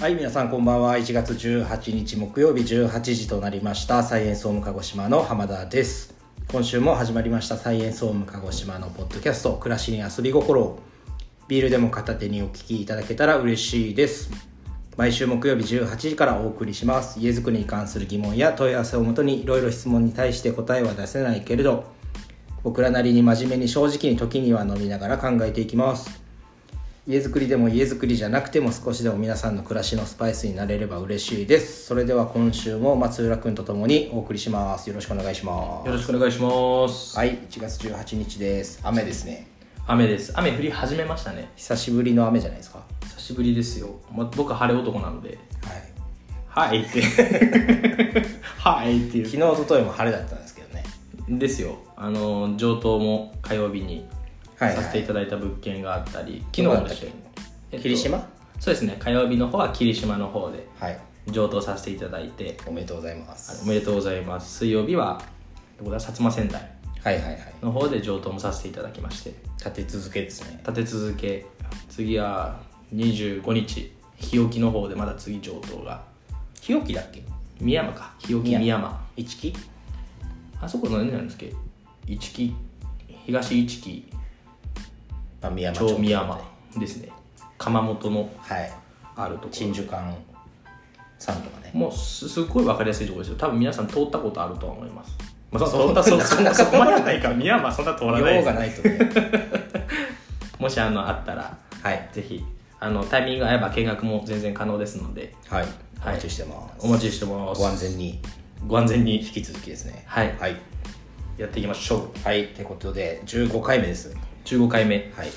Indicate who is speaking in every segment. Speaker 1: はい、皆さんこんばんは。1月18日木曜日18時となりました。サイエンスオウム鹿児島の浜田です。今週も始まりましたサイエンスオウム鹿児島のポッドキャスト、暮らしに遊び心をビールでも片手にお聞きいただけたら嬉しいです。毎週木曜日18時からお送りします。家づくりに関する疑問や問い合わせをもとにいろいろ質問に対して答えは出せないけれど、僕らなりに真面目に正直に時には飲みながら考えていきます。家づくりでも家づくりじゃなくても少しでも皆さんの暮らしのスパイスになれれば嬉しいですそれでは今週も松浦君とともにお送りしますよろしくお願いしま
Speaker 2: よろしくお願いします
Speaker 1: すはい1月18日です雨ですね
Speaker 2: 雨です雨降り始めましたね
Speaker 1: 久しぶりの雨じゃないですかは
Speaker 2: 久しぶりですよ、ま、僕は晴れ男なので
Speaker 1: い
Speaker 2: はいってはいってい
Speaker 1: 昨日一昨日も晴れだったんですけどね
Speaker 2: うですよあの上等も火曜日に
Speaker 1: はいはい
Speaker 2: させていただいた物件があったり、
Speaker 1: どこだ
Speaker 2: 昨
Speaker 1: ったっけ
Speaker 2: 日でした
Speaker 1: 霧島
Speaker 2: そうですね火曜日の方は霧島の方で
Speaker 1: はい
Speaker 2: 上等させていただいて
Speaker 1: おめでとうございま
Speaker 2: あの
Speaker 1: す
Speaker 2: おめでとうございます水曜日はどこだ薩摩仙台
Speaker 1: はいはいはい
Speaker 2: の方で上等もさせていただきまして
Speaker 1: 立て続けですね
Speaker 2: 立て続け次は25日日置の方でまだ次上等が
Speaker 1: 日置だっけ
Speaker 2: 深山か日置
Speaker 1: 宮
Speaker 2: 深山
Speaker 1: 一木
Speaker 2: あそこ何なんですっけ一木東一木
Speaker 1: あ宮山
Speaker 2: 町深山ですね窯元の
Speaker 1: はい
Speaker 2: あるとこ
Speaker 1: 鎮守館さんとかね
Speaker 2: ろもうすすっごい分かりやすいところですよ多分皆さん通ったことあるとは思いますまあ、
Speaker 1: そ
Speaker 2: そ
Speaker 1: んな
Speaker 2: んなそ
Speaker 1: なかなか
Speaker 2: そそこまではないから深山はそんな通らないで
Speaker 1: 用
Speaker 2: す
Speaker 1: がないとね
Speaker 2: もしあのあったら
Speaker 1: はい
Speaker 2: ぜひあのタイミング合えば見学も全然可能ですので
Speaker 1: はい、お
Speaker 2: はい
Speaker 1: 待ちしてます。
Speaker 2: お待ちしてます
Speaker 1: ご安全に
Speaker 2: ご安全に
Speaker 1: 引き続きですね。
Speaker 2: はい
Speaker 1: はい。
Speaker 2: やっていきましょう
Speaker 1: はい。ってことで、15回目です。
Speaker 2: 15回目
Speaker 1: はい。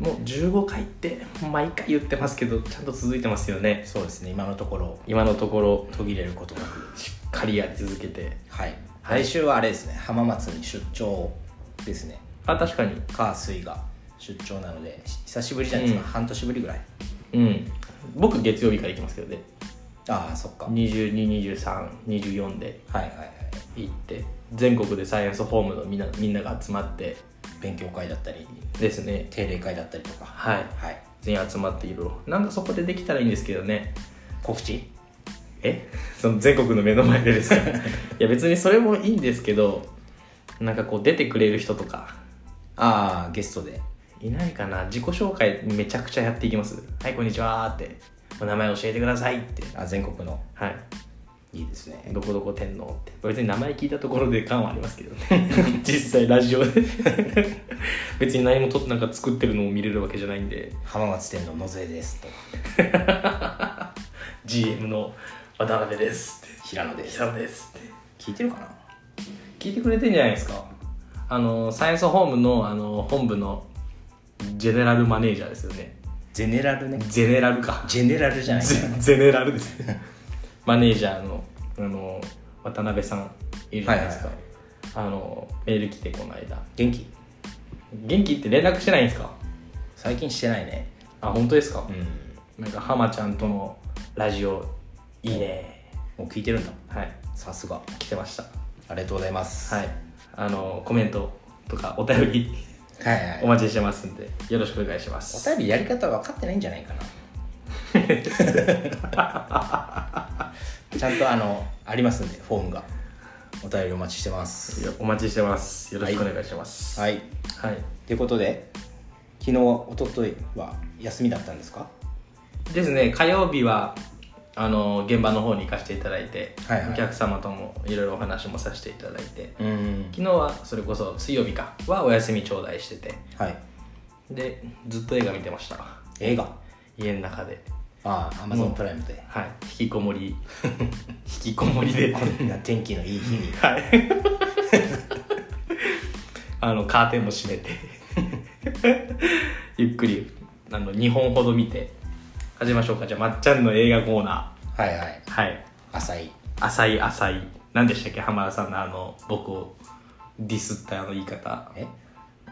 Speaker 2: もう15回って毎回言ってますけどちゃんと続いてますよね
Speaker 1: そうですね、今のところ、
Speaker 2: 今のところ
Speaker 1: 途切れることなく。
Speaker 2: しっかりやり続けて
Speaker 1: はい。
Speaker 2: はい
Speaker 1: 来週はあれですね、浜松に出張ですね。
Speaker 2: あ確かに
Speaker 1: 火、水が出張なので、し久しぶりじゃないですか、
Speaker 2: うん
Speaker 1: 半年ぶりぐらい。
Speaker 2: うん僕月曜日から行きますけどね
Speaker 1: ああ、そっか。はい
Speaker 2: 222324で
Speaker 1: はいはい。
Speaker 2: 行って全国でサイエンスホームのみんなみんなが集まって
Speaker 1: 勉強会だったり、
Speaker 2: ですね
Speaker 1: 定例会だったりとか。
Speaker 2: はい
Speaker 1: はい。
Speaker 2: 全員集まっていろなんかそこでできたらいいんですけどね
Speaker 1: 告知
Speaker 2: えその全国の目の前でですか いや別にそれもいいんですけどなんかこう出てくれる人とか
Speaker 1: ああ、ゲストで。
Speaker 2: いないかな自己紹介めちゃくちゃやっていきますはいこんにちはーってお名前教えてくださいって
Speaker 1: あ、全国の。
Speaker 2: はい
Speaker 1: いいですね。
Speaker 2: どこどこ天皇って別に名前聞いたところで感はありますけど ね実際ラジオで別に何もとなんか作ってるのを見れるわけじゃないんで
Speaker 1: 浜松店の野添ですとか
Speaker 2: GM の渡辺ですって
Speaker 1: 平野です
Speaker 2: 平野ですって
Speaker 1: 聞いてるかな
Speaker 2: 聞いてくれてんじゃないですかあのサイエンスホームのあの本部のジェネラルマネージャーですよね
Speaker 1: ゼネラルね
Speaker 2: ゼネラルか
Speaker 1: ジェネラルじゃないか
Speaker 2: ゼゼネラルですねマネージャーのあの渡辺さんいるじゃないですか、
Speaker 1: はい
Speaker 2: あのメール来てこの間
Speaker 1: 元気
Speaker 2: 元気って連絡してないんですか
Speaker 1: 最近してないね
Speaker 2: あ本当ですか
Speaker 1: う、ん
Speaker 2: なんか浜ちゃんとのラジオいいね
Speaker 1: もう聞いてるんだ
Speaker 2: はい
Speaker 1: さすが
Speaker 2: 来てました
Speaker 1: ありがとうございます
Speaker 2: はいあのコメントとかお便り
Speaker 1: はいはい、
Speaker 2: お待ちしてますんでよろしくお願いしま
Speaker 1: お
Speaker 2: す
Speaker 1: 便りやり方分かってないんじゃないか なちゃんとあのありますんでフォームがお便りお待ちしてます
Speaker 2: よお待ちしてますよろしくお願いします
Speaker 1: はい
Speaker 2: はい、
Speaker 1: ということで昨日おとといは休みだったんですか
Speaker 2: ですね火曜日はあの現場の方に行かせていただいて、
Speaker 1: はいはい
Speaker 2: お客様ともいろいろお話もさせていただいて、
Speaker 1: うん
Speaker 2: 昨日はそれこそ水曜日かはお休み頂戴してて
Speaker 1: はい
Speaker 2: でずっと映画見てました
Speaker 1: 映画
Speaker 2: 家の中で
Speaker 1: ああアマゾンプライムで
Speaker 2: はい引きこも り引きこもりで
Speaker 1: こんな天気のいい日に
Speaker 2: はい あのカーテンも閉めて ゆっくりあの2本ほど見て始めましょうかじゃあまっちゃんの映画コーナ
Speaker 1: はいはい
Speaker 2: ーはい
Speaker 1: 浅い
Speaker 2: 浅い浅い何でしたっけ浜田さんのあの僕をディスったあの言い方
Speaker 1: え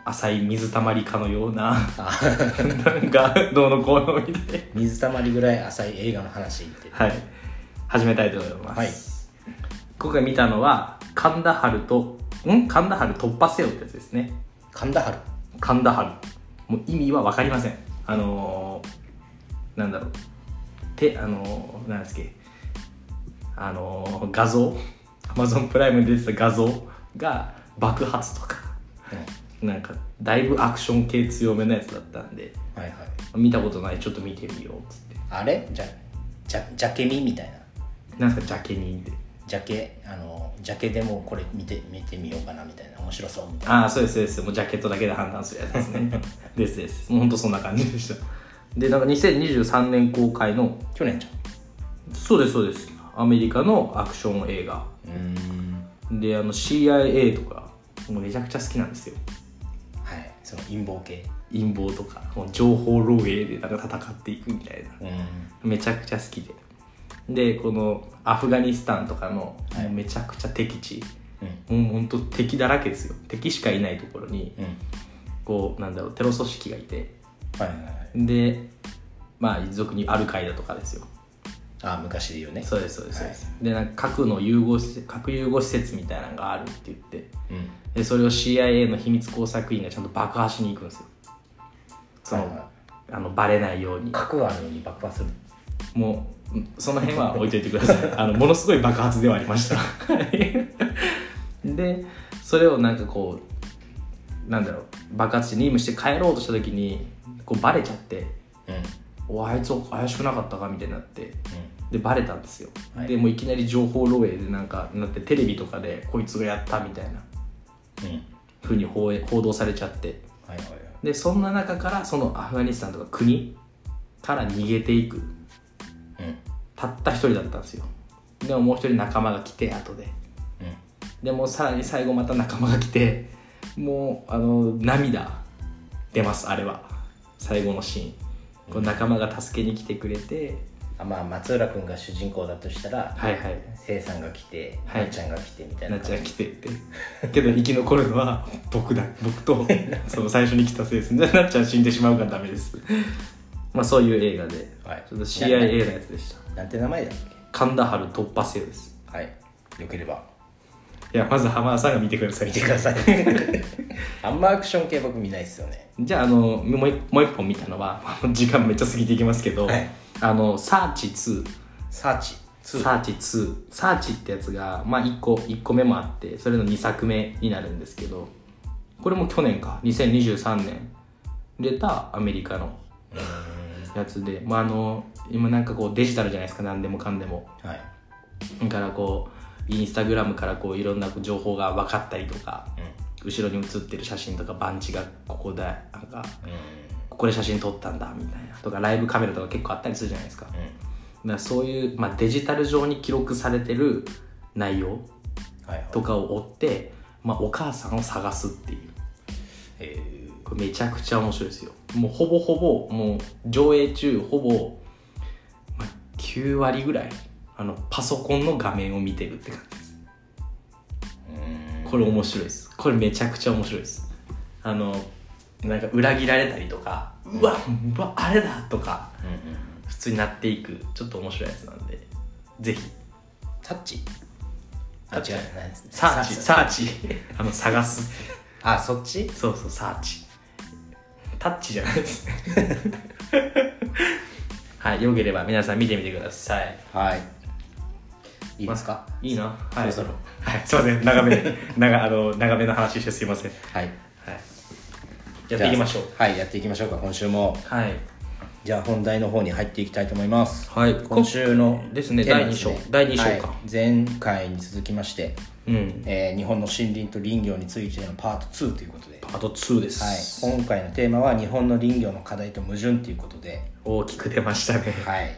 Speaker 2: 浅い水たまりかのような
Speaker 1: あ
Speaker 2: なんかどうのこうのみたいな
Speaker 1: 水たまりぐらい浅い映画の話って
Speaker 2: はい始めたいと思います、今回見たのは「神田春とん神田春突破せよ」ってやつですね
Speaker 1: 神田春
Speaker 2: 神田春もう意味は分かりませんあのーなんだろうてあのなんですっけあの画像 Amazon プライムで出てた画像が爆発とかなんかだいぶアクション系強めのやつだったんで
Speaker 1: はいはい
Speaker 2: 見たことないちょっと見てみようっつって
Speaker 1: あれじゃじゃジャケ見みたいな
Speaker 2: なんすかジャケにって
Speaker 1: ジャケあのジャケでもこれ見て見てみようかなみたいな面白そうみたい
Speaker 2: ああそうですそうですもうジャケットだけで判断するやつですねですですもうほんとそんな感じでしたでなんか2023年公開の
Speaker 1: な去年じ
Speaker 2: そうですそうですアメリカのアクション映画
Speaker 1: ゃんうーん
Speaker 2: であの CIA とかもうめちゃくちゃ好きなんですよ
Speaker 1: はいその陰謀系
Speaker 2: 陰謀とかもう情報漏洩でなんか戦っていくみたいな
Speaker 1: うん
Speaker 2: めちゃくちゃ好きででこのアフガニスタンとかの、
Speaker 1: はい
Speaker 2: めちゃくちゃ敵地
Speaker 1: うん
Speaker 2: もうほんと敵だらけですよ敵しかいないところに
Speaker 1: うん
Speaker 2: こうなんだろうテロ組織がいて
Speaker 1: はいはいはい
Speaker 2: でまあ俗にアルカイダとかですよ
Speaker 1: あ昔で言うね
Speaker 2: そうですそうですそうです、でなんか核の融合施設核融合施設みたいなのがあるって言って
Speaker 1: うん
Speaker 2: でそれを CIA の秘密工作員がちゃんと爆破しに行くんですよその,、
Speaker 1: はいは
Speaker 2: あのバレないように
Speaker 1: 核があるのに爆破する
Speaker 2: もううんその辺は置いといてください あのものすごい爆発ではありました でそれをなんかこうなんだろう爆発して任務して帰ろうとした時にこうバレちゃって
Speaker 1: うんうん
Speaker 2: 「おあいつ怪しくなかったか?」みたいになってでバレたんですよ、
Speaker 1: はい
Speaker 2: でもういきなり情報漏洩でなんかなってテレビとかでこいつがやったみたいな
Speaker 1: うん
Speaker 2: 風に報え報道されちゃって
Speaker 1: はいはいはい
Speaker 2: でそんな中からそのアフガニスタンとか国から逃げていく
Speaker 1: うん
Speaker 2: たった一人だったんですよでももう一人仲間が来て後で
Speaker 1: うん
Speaker 2: でもうさらに最後また仲間が来てもうあの涙出ますあれは最後のシーンこう仲間が助けに来てくれて
Speaker 1: あまあ松浦君が主人公だとしたら
Speaker 2: はいはい
Speaker 1: せいさんが来て
Speaker 2: はい
Speaker 1: なっちゃんが来てみたい
Speaker 2: な
Speaker 1: な
Speaker 2: っちゃん来てってけど生き残るのは 僕だ僕 とその最初に来たせいですなっちゃん死んでしまうからダメですまあそういう映画で、
Speaker 1: はい
Speaker 2: ちょっと CIA のやつでした
Speaker 1: なんて名前だっ
Speaker 2: 神田春突破せよです
Speaker 1: けはいよければ
Speaker 2: いやまず浜田さんが見てください
Speaker 1: 見てください あんまアクション系僕見ないっすよね
Speaker 2: じゃああのもう一もう一本見たのは 時間めっちゃ過ぎていきますけど、
Speaker 1: はい
Speaker 2: あのサーチ2
Speaker 1: サーチ
Speaker 2: サーチ2サーチってやつが、まあ、1, 個1個目もあってそれの2作目になるんですけどこれも去年か2023年出たアメリカのやつで、まあ、あの今なんかこうデジタルじゃないですか何でもかんでも
Speaker 1: はい
Speaker 2: だからこうインスタグラムからこういろんなこう情報が分かったりとか後ろに写ってる写真とかバンチがここでなんか
Speaker 1: うん
Speaker 2: ここで写真撮ったんだみたいなとかライブカメラとか結構あったりするじゃないですかだか
Speaker 1: うん
Speaker 2: らそういう、まあ、デジタル上に記録されてる内容
Speaker 1: はいはい
Speaker 2: とかを追って、まあ、お母さんを探すっていう
Speaker 1: えー
Speaker 2: これめちゃくちゃ面白いですよもうほぼほぼもう上映中ほぼ、まあ、9割ぐらいあのパソコンの画面を見てるって感じですこれ面白いですこれめちゃくちゃ面白いですあのなんか裏切られたりとかうわうわあれだとか
Speaker 1: うんうん
Speaker 2: 普通になっていくちょっと面白いやつなんでぜひ
Speaker 1: タッチあ
Speaker 2: タッチ
Speaker 1: 違うないですね
Speaker 2: サーチサーチあの探す
Speaker 1: あそっち
Speaker 2: そうそうサーチタッチじゃない ですねはいよければ皆さん見てみてください
Speaker 1: はいいいですか
Speaker 2: いいなはい
Speaker 1: そろそろ
Speaker 2: はい、すいません長め長あの長めの話してすいません、は
Speaker 1: はい
Speaker 2: い、やっていきましょう
Speaker 1: じゃあはいやっていきましょうか今週も
Speaker 2: はい
Speaker 1: じゃあ本題の方に入っていきたいと思います
Speaker 2: はい
Speaker 1: 今週の
Speaker 2: ですね
Speaker 1: テーマ
Speaker 2: 第二章第二章か
Speaker 1: はい前回に続きまして、
Speaker 2: うん
Speaker 1: えー日本の森林と林業についてのパート2ということで、
Speaker 2: パート2です、
Speaker 1: はい、今回のテーマは日本の林業の課題と矛盾ということで、
Speaker 2: 大きく出ましたね
Speaker 1: はい、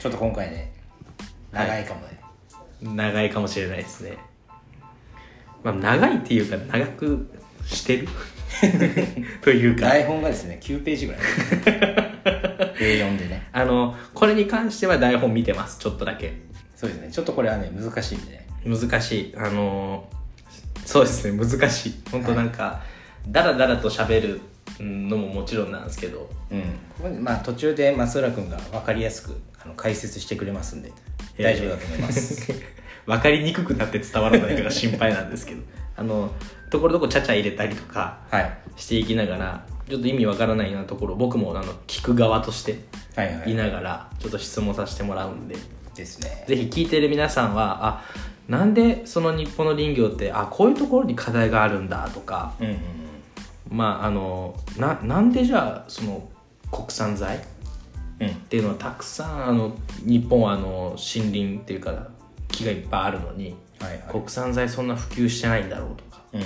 Speaker 1: ちょっと今回ね長いかもね、
Speaker 2: 長いかもしれないですねまあ長いっていうか長くして るというか
Speaker 1: 台本がですね9ページぐらい A4 でね
Speaker 2: あのこれに関しては台本見てますちょっとだけ
Speaker 1: そうですねちょっとこれはね難しいんでね
Speaker 2: 難しいあのそうですね難しい本当なんか、だらだらと喋るのももちろんなんですけど
Speaker 1: うんここにまあ途中で松浦君が分かりやすくあの解説してくれますんで
Speaker 2: や
Speaker 1: 大丈夫だと思います
Speaker 2: 分かりにくくなって伝わらないかが心配なんですけどあのところどころちゃちゃ入れたりとか
Speaker 1: はい
Speaker 2: していきながらちょっと意味わからないようなところ僕もあの聞く側として
Speaker 1: はいはい
Speaker 2: いながらちょっと質問させてもらうんで
Speaker 1: ですね
Speaker 2: ぜひ聞いてる皆さんはあなんでその日本の林業ってあこういうところに課題があるんだとか
Speaker 1: うんうんうん
Speaker 2: まああのななんでじゃあその国産材っ
Speaker 1: うん
Speaker 2: ていうのはたくさんあの日本はあの森林っていうか木がいっぱいあるのに
Speaker 1: はいはい
Speaker 2: 国産材そんな普及してないんだろうとか、
Speaker 1: うん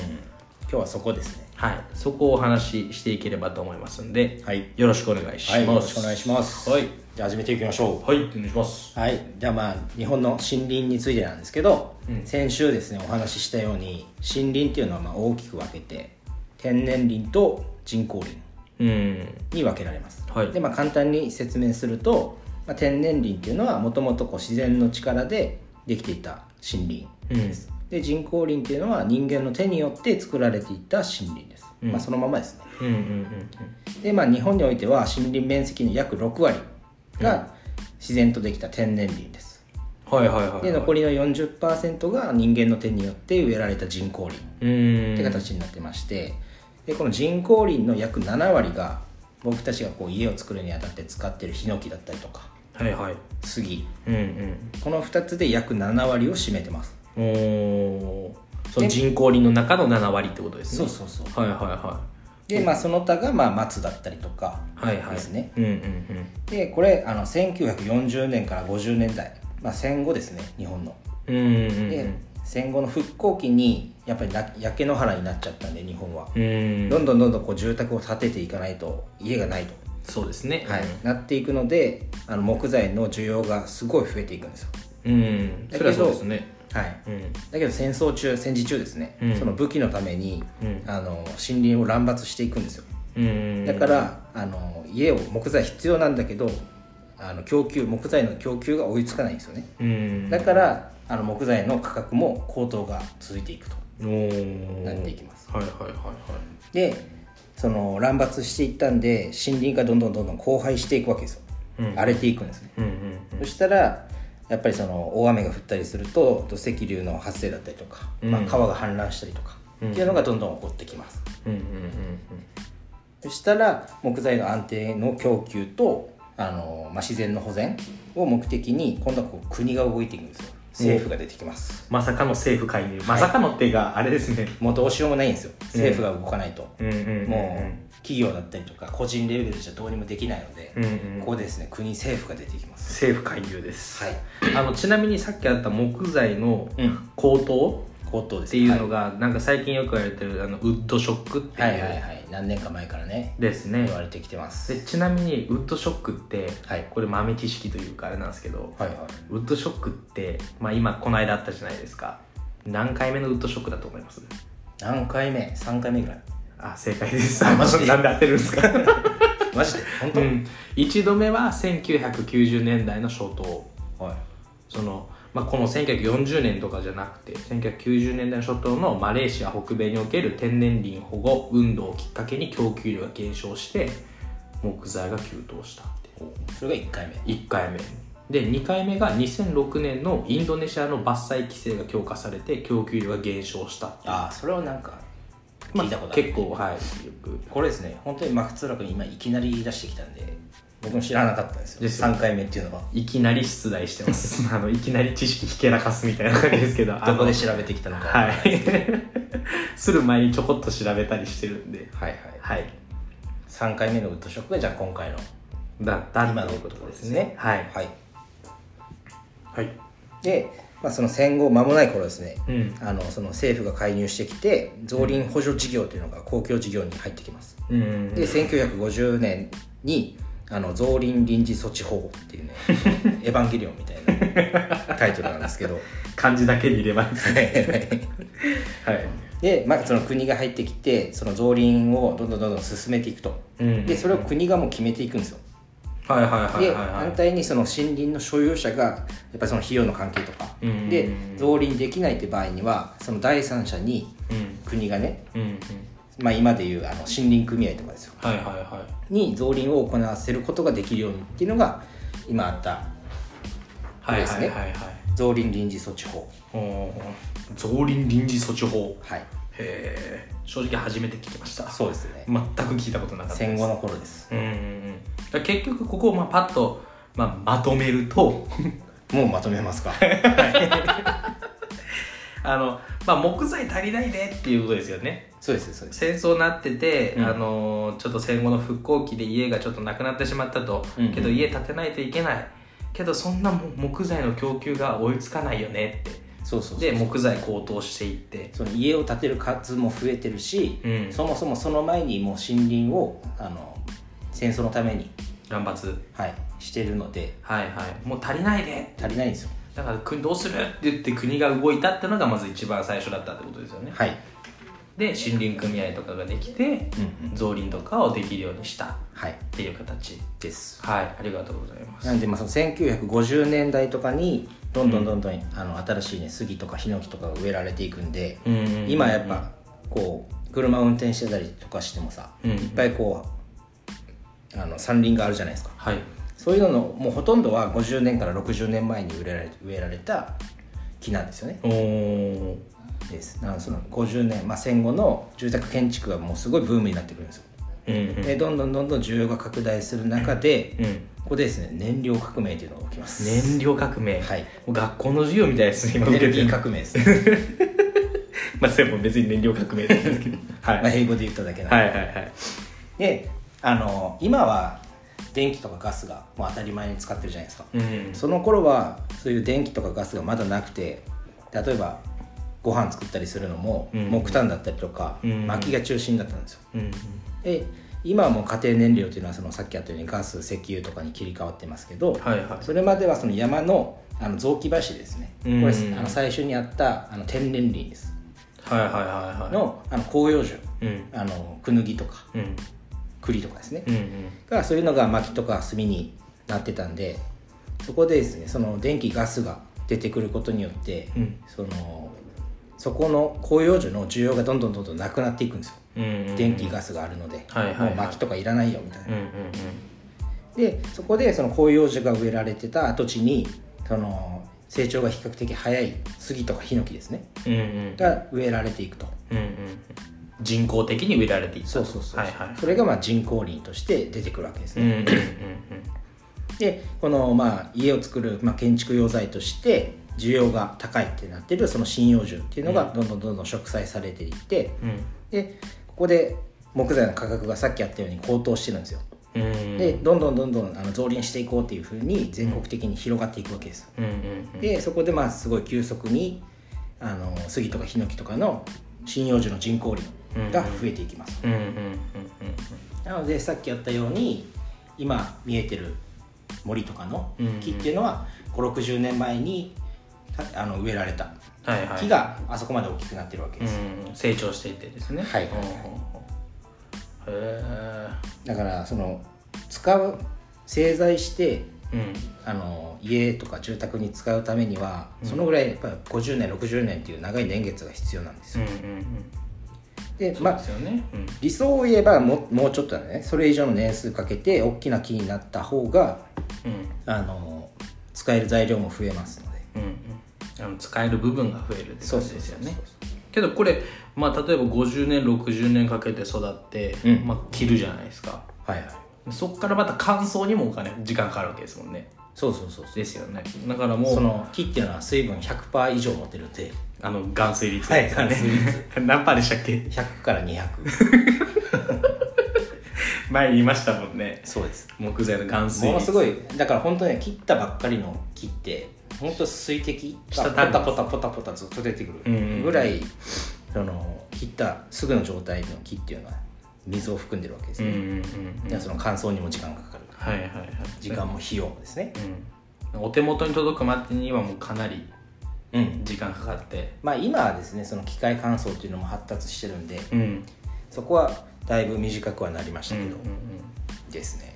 Speaker 1: 今日はそこですね
Speaker 2: はい、そこをお話ししていければと思いますんで、
Speaker 1: はい
Speaker 2: よろしくお願いします。
Speaker 1: はいよろしくお願いします
Speaker 2: はい、
Speaker 1: じゃあ始めていきましょう
Speaker 2: はい、お願いします。
Speaker 1: はい、じゃあまあ日本の森林についてなんですけど、
Speaker 2: うん
Speaker 1: 先週ですねお話ししたように森林っていうのはまあ大きく分けて天然林と人工林
Speaker 2: うん、
Speaker 1: に分けられます、
Speaker 2: はい
Speaker 1: でまあ簡単に説明すると、まあ、天然林っていうのはもともとこう自然の力でできていた森林
Speaker 2: うん、
Speaker 1: で人工林っていうのは人間の手によって作られていた森林です、
Speaker 2: うん
Speaker 1: まあ、そのままですね
Speaker 2: うん、うん、うん、
Speaker 1: でまあ日本においては森林面積の約6割が自然とできた天然林です、
Speaker 2: はい、はい、はい。
Speaker 1: で残りの40%が人間の手によって植えられた人工林
Speaker 2: り、うん、
Speaker 1: って形になってましてでこの人工林の約7割が僕たちがこう家を作るにあたって使ってるヒノキだったりとか
Speaker 2: はい、はい。
Speaker 1: 杉
Speaker 2: うん、うん。
Speaker 1: この2つで約7割を占めてます
Speaker 2: おおー、その人工林の中の7割ってことですね。
Speaker 1: そうそう
Speaker 2: はい、はい、は
Speaker 1: でまあその他がまあ松だったりとか
Speaker 2: い。はい、はい。
Speaker 1: ですね
Speaker 2: うん、うん、うん。
Speaker 1: でこれあの1940年から50年代、まあ、戦後ですね日本の
Speaker 2: うん、うん、うん
Speaker 1: で戦後の復興期にやっぱりな焼け野原になっちゃったんで日本は
Speaker 2: うん。うん、
Speaker 1: どんどんどんどんこう住宅を建てていかないと家がないと、
Speaker 2: そうですね。
Speaker 1: はいなっていくのであの木材の需要がすごい増えていくんですよ、
Speaker 2: うん、それはそうですね。
Speaker 1: はい、
Speaker 2: うん、
Speaker 1: だけど戦争中戦時中ですね、
Speaker 2: うん
Speaker 1: その武器のために、
Speaker 2: うん
Speaker 1: あの森林を乱伐していくんですよ
Speaker 2: うん、
Speaker 1: だから、あの家を木材必要なんだけどあの供給木材の供給が追いつかないんですよね
Speaker 2: うん、
Speaker 1: だからあの木材の価格も高騰が続いていくと
Speaker 2: おー
Speaker 1: なっていきます
Speaker 2: はいはいはいはい
Speaker 1: でその乱伐していったんで森林がどんどんどんどん荒廃していくわけですよ、
Speaker 2: うん
Speaker 1: 荒れていくんですね
Speaker 2: うんうん
Speaker 1: そしたらやっぱりその大雨が降ったりすると土石流の発生だったりとか、
Speaker 2: うん
Speaker 1: まあ、川が氾濫したりとか、
Speaker 2: うん
Speaker 1: っていうのがどんどん起こってきます
Speaker 2: うんうん
Speaker 1: そしたら木材の安定の供給とあの、まあ、自然の保全を目的に今度はこう国が動いていくんですよ政府が出てきます、
Speaker 2: まさかの政府介入まさかのっていうかあれですね
Speaker 1: もうどうしようもないんですよ政府が動かないと、
Speaker 2: うんうん
Speaker 1: もう企業だったりとか個人レベルじゃどうにもできないので、
Speaker 2: うんうん
Speaker 1: ここでですね国政府が出てきます
Speaker 2: 政府介入です
Speaker 1: はい
Speaker 2: あのちなみにさっきあった木材の
Speaker 1: うん
Speaker 2: 高騰
Speaker 1: 高騰です
Speaker 2: っていうのが、なんか最近よく言われてるあのウッドショックって、
Speaker 1: はいいはいうはいはい何年か前からね
Speaker 2: ですね
Speaker 1: 言われてきてます
Speaker 2: でちなみにウッドショックって、
Speaker 1: はい
Speaker 2: これ豆知識というかあれなんですけど、
Speaker 1: はいはい
Speaker 2: ウッドショックって、まあ、今この間あったじゃないですか何回目のウッドショックだと思います
Speaker 1: 何回目3回目ぐらい
Speaker 2: あ正解です
Speaker 1: あマジで
Speaker 2: なんで当てるんですか、
Speaker 1: マジで本当、
Speaker 2: うん、1度目は1990年代の初頭
Speaker 1: はい
Speaker 2: その、まあ、この1940年とかじゃなくて1990年代の初頭のマレーシア北米における天然林保護運動をきっかけに供給量が減少して木材が急騰したって
Speaker 1: それが1回目
Speaker 2: 1回目で2回目が2006年のインドネシアの伐採規制が強化されて供給量が減少したっていう
Speaker 1: ああそれはなんか
Speaker 2: ま
Speaker 1: 聞いたことある、
Speaker 2: 結構はいよく
Speaker 1: これですね本当にマクツラ君今いきなり言い出してきたんで僕も知らなかったんですよ
Speaker 2: ですよ
Speaker 1: 3回目っていうのはい
Speaker 2: きなり出題してます あのいきなり知識ひけらかすみたいな感じですけど
Speaker 1: どこで
Speaker 2: し
Speaker 1: 調べてきたのかは
Speaker 2: はい する前にちょこっと調べたりしてるんで
Speaker 1: はい
Speaker 2: はい
Speaker 1: 3回目のウッドショックがじゃあ今回の
Speaker 2: だった
Speaker 1: 今の
Speaker 2: ということですねはい
Speaker 1: はい
Speaker 2: はい
Speaker 1: で、まあ、その戦後間もない頃ですね
Speaker 2: うん
Speaker 1: あのその政府が介入してきて造林補助事業というのが公共事業に入ってきます
Speaker 2: うん
Speaker 1: で1950年にあの造林臨時措置法って いうね「エヴァンゲリオン」みたいなタイトルなんです けどは
Speaker 2: 漢字だけ見ればいいです
Speaker 1: いはい
Speaker 2: はい
Speaker 1: で、まあ、その国が入ってきてその造林をどんどんどんどん進めていくと
Speaker 2: うん
Speaker 1: でそれを国がもう決めていくんですよ
Speaker 2: はいはいはい
Speaker 1: で
Speaker 2: はい
Speaker 1: 反対にその森林の所有者がやっぱりその費用の関係とか
Speaker 2: うんうんうん
Speaker 1: で造林できないって場合にはその第三者に
Speaker 2: うん
Speaker 1: 国がね、
Speaker 2: うんうん
Speaker 1: まあ、今でいうあの森林組合とかですよ
Speaker 2: はいはいは
Speaker 1: に造林を行わせることができるようにっていうのが今あった
Speaker 2: いはい
Speaker 1: で
Speaker 2: は
Speaker 1: す
Speaker 2: い
Speaker 1: ね
Speaker 2: はいはい
Speaker 1: 造林臨時措置法
Speaker 2: おー造林臨時措置法
Speaker 1: はい
Speaker 2: へえー正直初めて聞きました
Speaker 1: そうですね
Speaker 2: 全く聞いたことなかったです
Speaker 1: 戦後の頃です
Speaker 2: うんうんうんだから結局ここをまあパッと、まあ、まとめると
Speaker 1: もうまとめますか
Speaker 2: あの、まあ、木材足りないでっていうことですよね
Speaker 1: そうですそうです
Speaker 2: 戦争になってて、
Speaker 1: うん
Speaker 2: あのちょっと戦後の復興期で家がちょっとなくなってしまったと、
Speaker 1: うん
Speaker 2: けど家建てないといけないけどそんなも木材の供給が追いつかないよねって
Speaker 1: そうそうそう
Speaker 2: で木材高騰していって
Speaker 1: その家を建てる数も増えてるし、
Speaker 2: うん
Speaker 1: そもそもその前にもう森林をあの戦争のために、
Speaker 2: 乱発
Speaker 1: はい、してるので
Speaker 2: はいはいもう足りないで
Speaker 1: 足りないんですよ
Speaker 2: だから国どうするって言って国が動いたってのがまず一番最初だったってことですよね
Speaker 1: はい、
Speaker 2: で森林組合とかができて
Speaker 1: うんうん、
Speaker 2: 造林とかをできるようにしたっ
Speaker 1: はい
Speaker 2: ていう形
Speaker 1: です
Speaker 2: はいありがとうございます
Speaker 1: なんでまあその1950年代とかにどんどんどんどん、あの新しいね杉とかヒノキとかが植えられていくんで、
Speaker 2: うんうんうん
Speaker 1: 今やっぱこう車を運転してたりとかしてもさ、
Speaker 2: うん
Speaker 1: いっぱいこうあの山林があるじゃないですか
Speaker 2: はい
Speaker 1: そういうののもうほとんどは50年から60年前に植えられ植えられた木なんですよね
Speaker 2: おー
Speaker 1: ですなのでその50年、まあ、戦後の住宅建築がもうすごいブームになってくるんですよ
Speaker 2: うんうん
Speaker 1: でどんどんどんどん需要が拡大する中で
Speaker 2: うん
Speaker 1: ここでですね燃料革命というのが起きます
Speaker 2: 燃料革命、
Speaker 1: はい
Speaker 2: もう学校の授業みたいですね今
Speaker 1: エネ
Speaker 2: 受け
Speaker 1: ル
Speaker 2: て
Speaker 1: ギー
Speaker 2: る
Speaker 1: 革命ですね、
Speaker 2: まあそれも別に燃料革命なんです けどは
Speaker 1: まあ、英語で言っただけなんで,、
Speaker 2: はいはいはい
Speaker 1: であの今は電気とかガスがもう当たり前に使ってるじゃないですか
Speaker 2: うん
Speaker 1: その頃はそういう電気とかガスがまだなくて例えばご飯作ったりするのも
Speaker 2: うん
Speaker 1: 木炭だったりとか、
Speaker 2: うん
Speaker 1: 薪が中心だったんですよ
Speaker 2: うん
Speaker 1: で今はもう家庭燃料というのはそのさっきあったようにガス石油とかに切り替わってますけど、
Speaker 2: はいはい
Speaker 1: それまではその山のあの雑木林ですね、
Speaker 2: うん
Speaker 1: これあの最初にあったあの天然林です
Speaker 2: はいはいはいは
Speaker 1: のあの広葉樹
Speaker 2: いうん
Speaker 1: あのクヌギとか
Speaker 2: うん
Speaker 1: 栗とかですね
Speaker 2: うんうん
Speaker 1: がそういうのが薪とか炭になってたんでそこでですねその電気ガスが出てくることによって、
Speaker 2: うん
Speaker 1: そのそこの広葉樹の需要がどんどんどんどんなくなっていくんですよ、
Speaker 2: うんうん
Speaker 1: 電気ガスがあるので、
Speaker 2: はいはいは
Speaker 1: もう
Speaker 2: い
Speaker 1: 薪とかいらないよみたいな
Speaker 2: うん、うん
Speaker 1: でそこでその広葉樹が植えられてた跡地にその成長が比較的早い杉とかヒノキですね
Speaker 2: うんうんうん
Speaker 1: が植えられていくと
Speaker 2: うんうん人工的に植えられていった
Speaker 1: そうそうそう、
Speaker 2: はいはい
Speaker 1: それがまあ人工林として出てくるわけです
Speaker 2: う
Speaker 1: ね、
Speaker 2: んうんうん
Speaker 1: でこのまあ家を作るまあ建築用材として需要が高いってなってるその針葉樹っていうのがどんどんどんどん植栽されていって
Speaker 2: うん
Speaker 1: でここで木材の価格がさっきあったように高騰してるんですよ
Speaker 2: うんうん
Speaker 1: でどんどんどんどんあの増林していこうっていうふうに全国的に広がっていくわけです
Speaker 2: うんうんうん
Speaker 1: でそこでまあすごい急速にあの杉とかヒノキとかの針葉樹の人工林が増えていきます、
Speaker 2: うんうんうんうん
Speaker 1: なのでさっきやったように今見えてる森とかの木っていうのは560年前にたあの植えられた
Speaker 2: はいはい
Speaker 1: 木があそこまで大きくなってるわけ
Speaker 2: う
Speaker 1: です、
Speaker 2: ん成長していってですね
Speaker 1: はい
Speaker 2: うんうんうんへ
Speaker 1: だからその使う製材して
Speaker 2: えうん
Speaker 1: あの家とか住宅に使うためにはそのぐらいやっぱり50年60年っていう長い年月が必要なんです
Speaker 2: う
Speaker 1: よ、
Speaker 2: んうんうん
Speaker 1: で
Speaker 2: そう
Speaker 1: ま
Speaker 2: で
Speaker 1: あ
Speaker 2: すよねうん
Speaker 1: 理想を言えばもうもうちょっとだねそれ以上の年数かけて大きな木になった方が
Speaker 2: うん
Speaker 1: あの使える材料も増えますので
Speaker 2: うんうんあの使える部分が増えるって感じですよね
Speaker 1: そう
Speaker 2: けどこれ、まあ、例えば50年60年かけて育って、
Speaker 1: うん
Speaker 2: まあ、切るじゃないですか
Speaker 1: はいはい
Speaker 2: そこからまた乾燥にもお金時間かかるわけですもんね
Speaker 1: そうそうそうそう
Speaker 2: ですよねだからもう
Speaker 1: その木っていうのは水分100%以上持ってるんで
Speaker 2: あの含水率ですよね、
Speaker 1: はい含
Speaker 2: 水 何パーでしたっけ
Speaker 1: 100から200
Speaker 2: 前言いましたもんね
Speaker 1: そうです
Speaker 2: 木材の含水率
Speaker 1: ものすごいだから本当に切ったばっかりの木って本当水滴
Speaker 2: 滴
Speaker 1: が
Speaker 2: る
Speaker 1: ポタポタポタポタずっと出てく
Speaker 2: うんうんう
Speaker 1: る
Speaker 2: ん
Speaker 1: ぐらいその切ったすぐの状態の木っていうのは水を含んでるわけです
Speaker 2: うんうん
Speaker 1: ね、
Speaker 2: うん
Speaker 1: だから
Speaker 2: うん
Speaker 1: その乾燥にも時間がかかる
Speaker 2: はいはいはい
Speaker 1: 時間も費用もですね
Speaker 2: うんお手元に届くまでにはもうかなり
Speaker 1: うん
Speaker 2: 時間かかって
Speaker 1: まあ今はですねその機械乾燥っていうのも発達してるんで
Speaker 2: うんうん
Speaker 1: そこはだいぶ短くはなりまし
Speaker 2: う
Speaker 1: た
Speaker 2: ん
Speaker 1: けど、ですね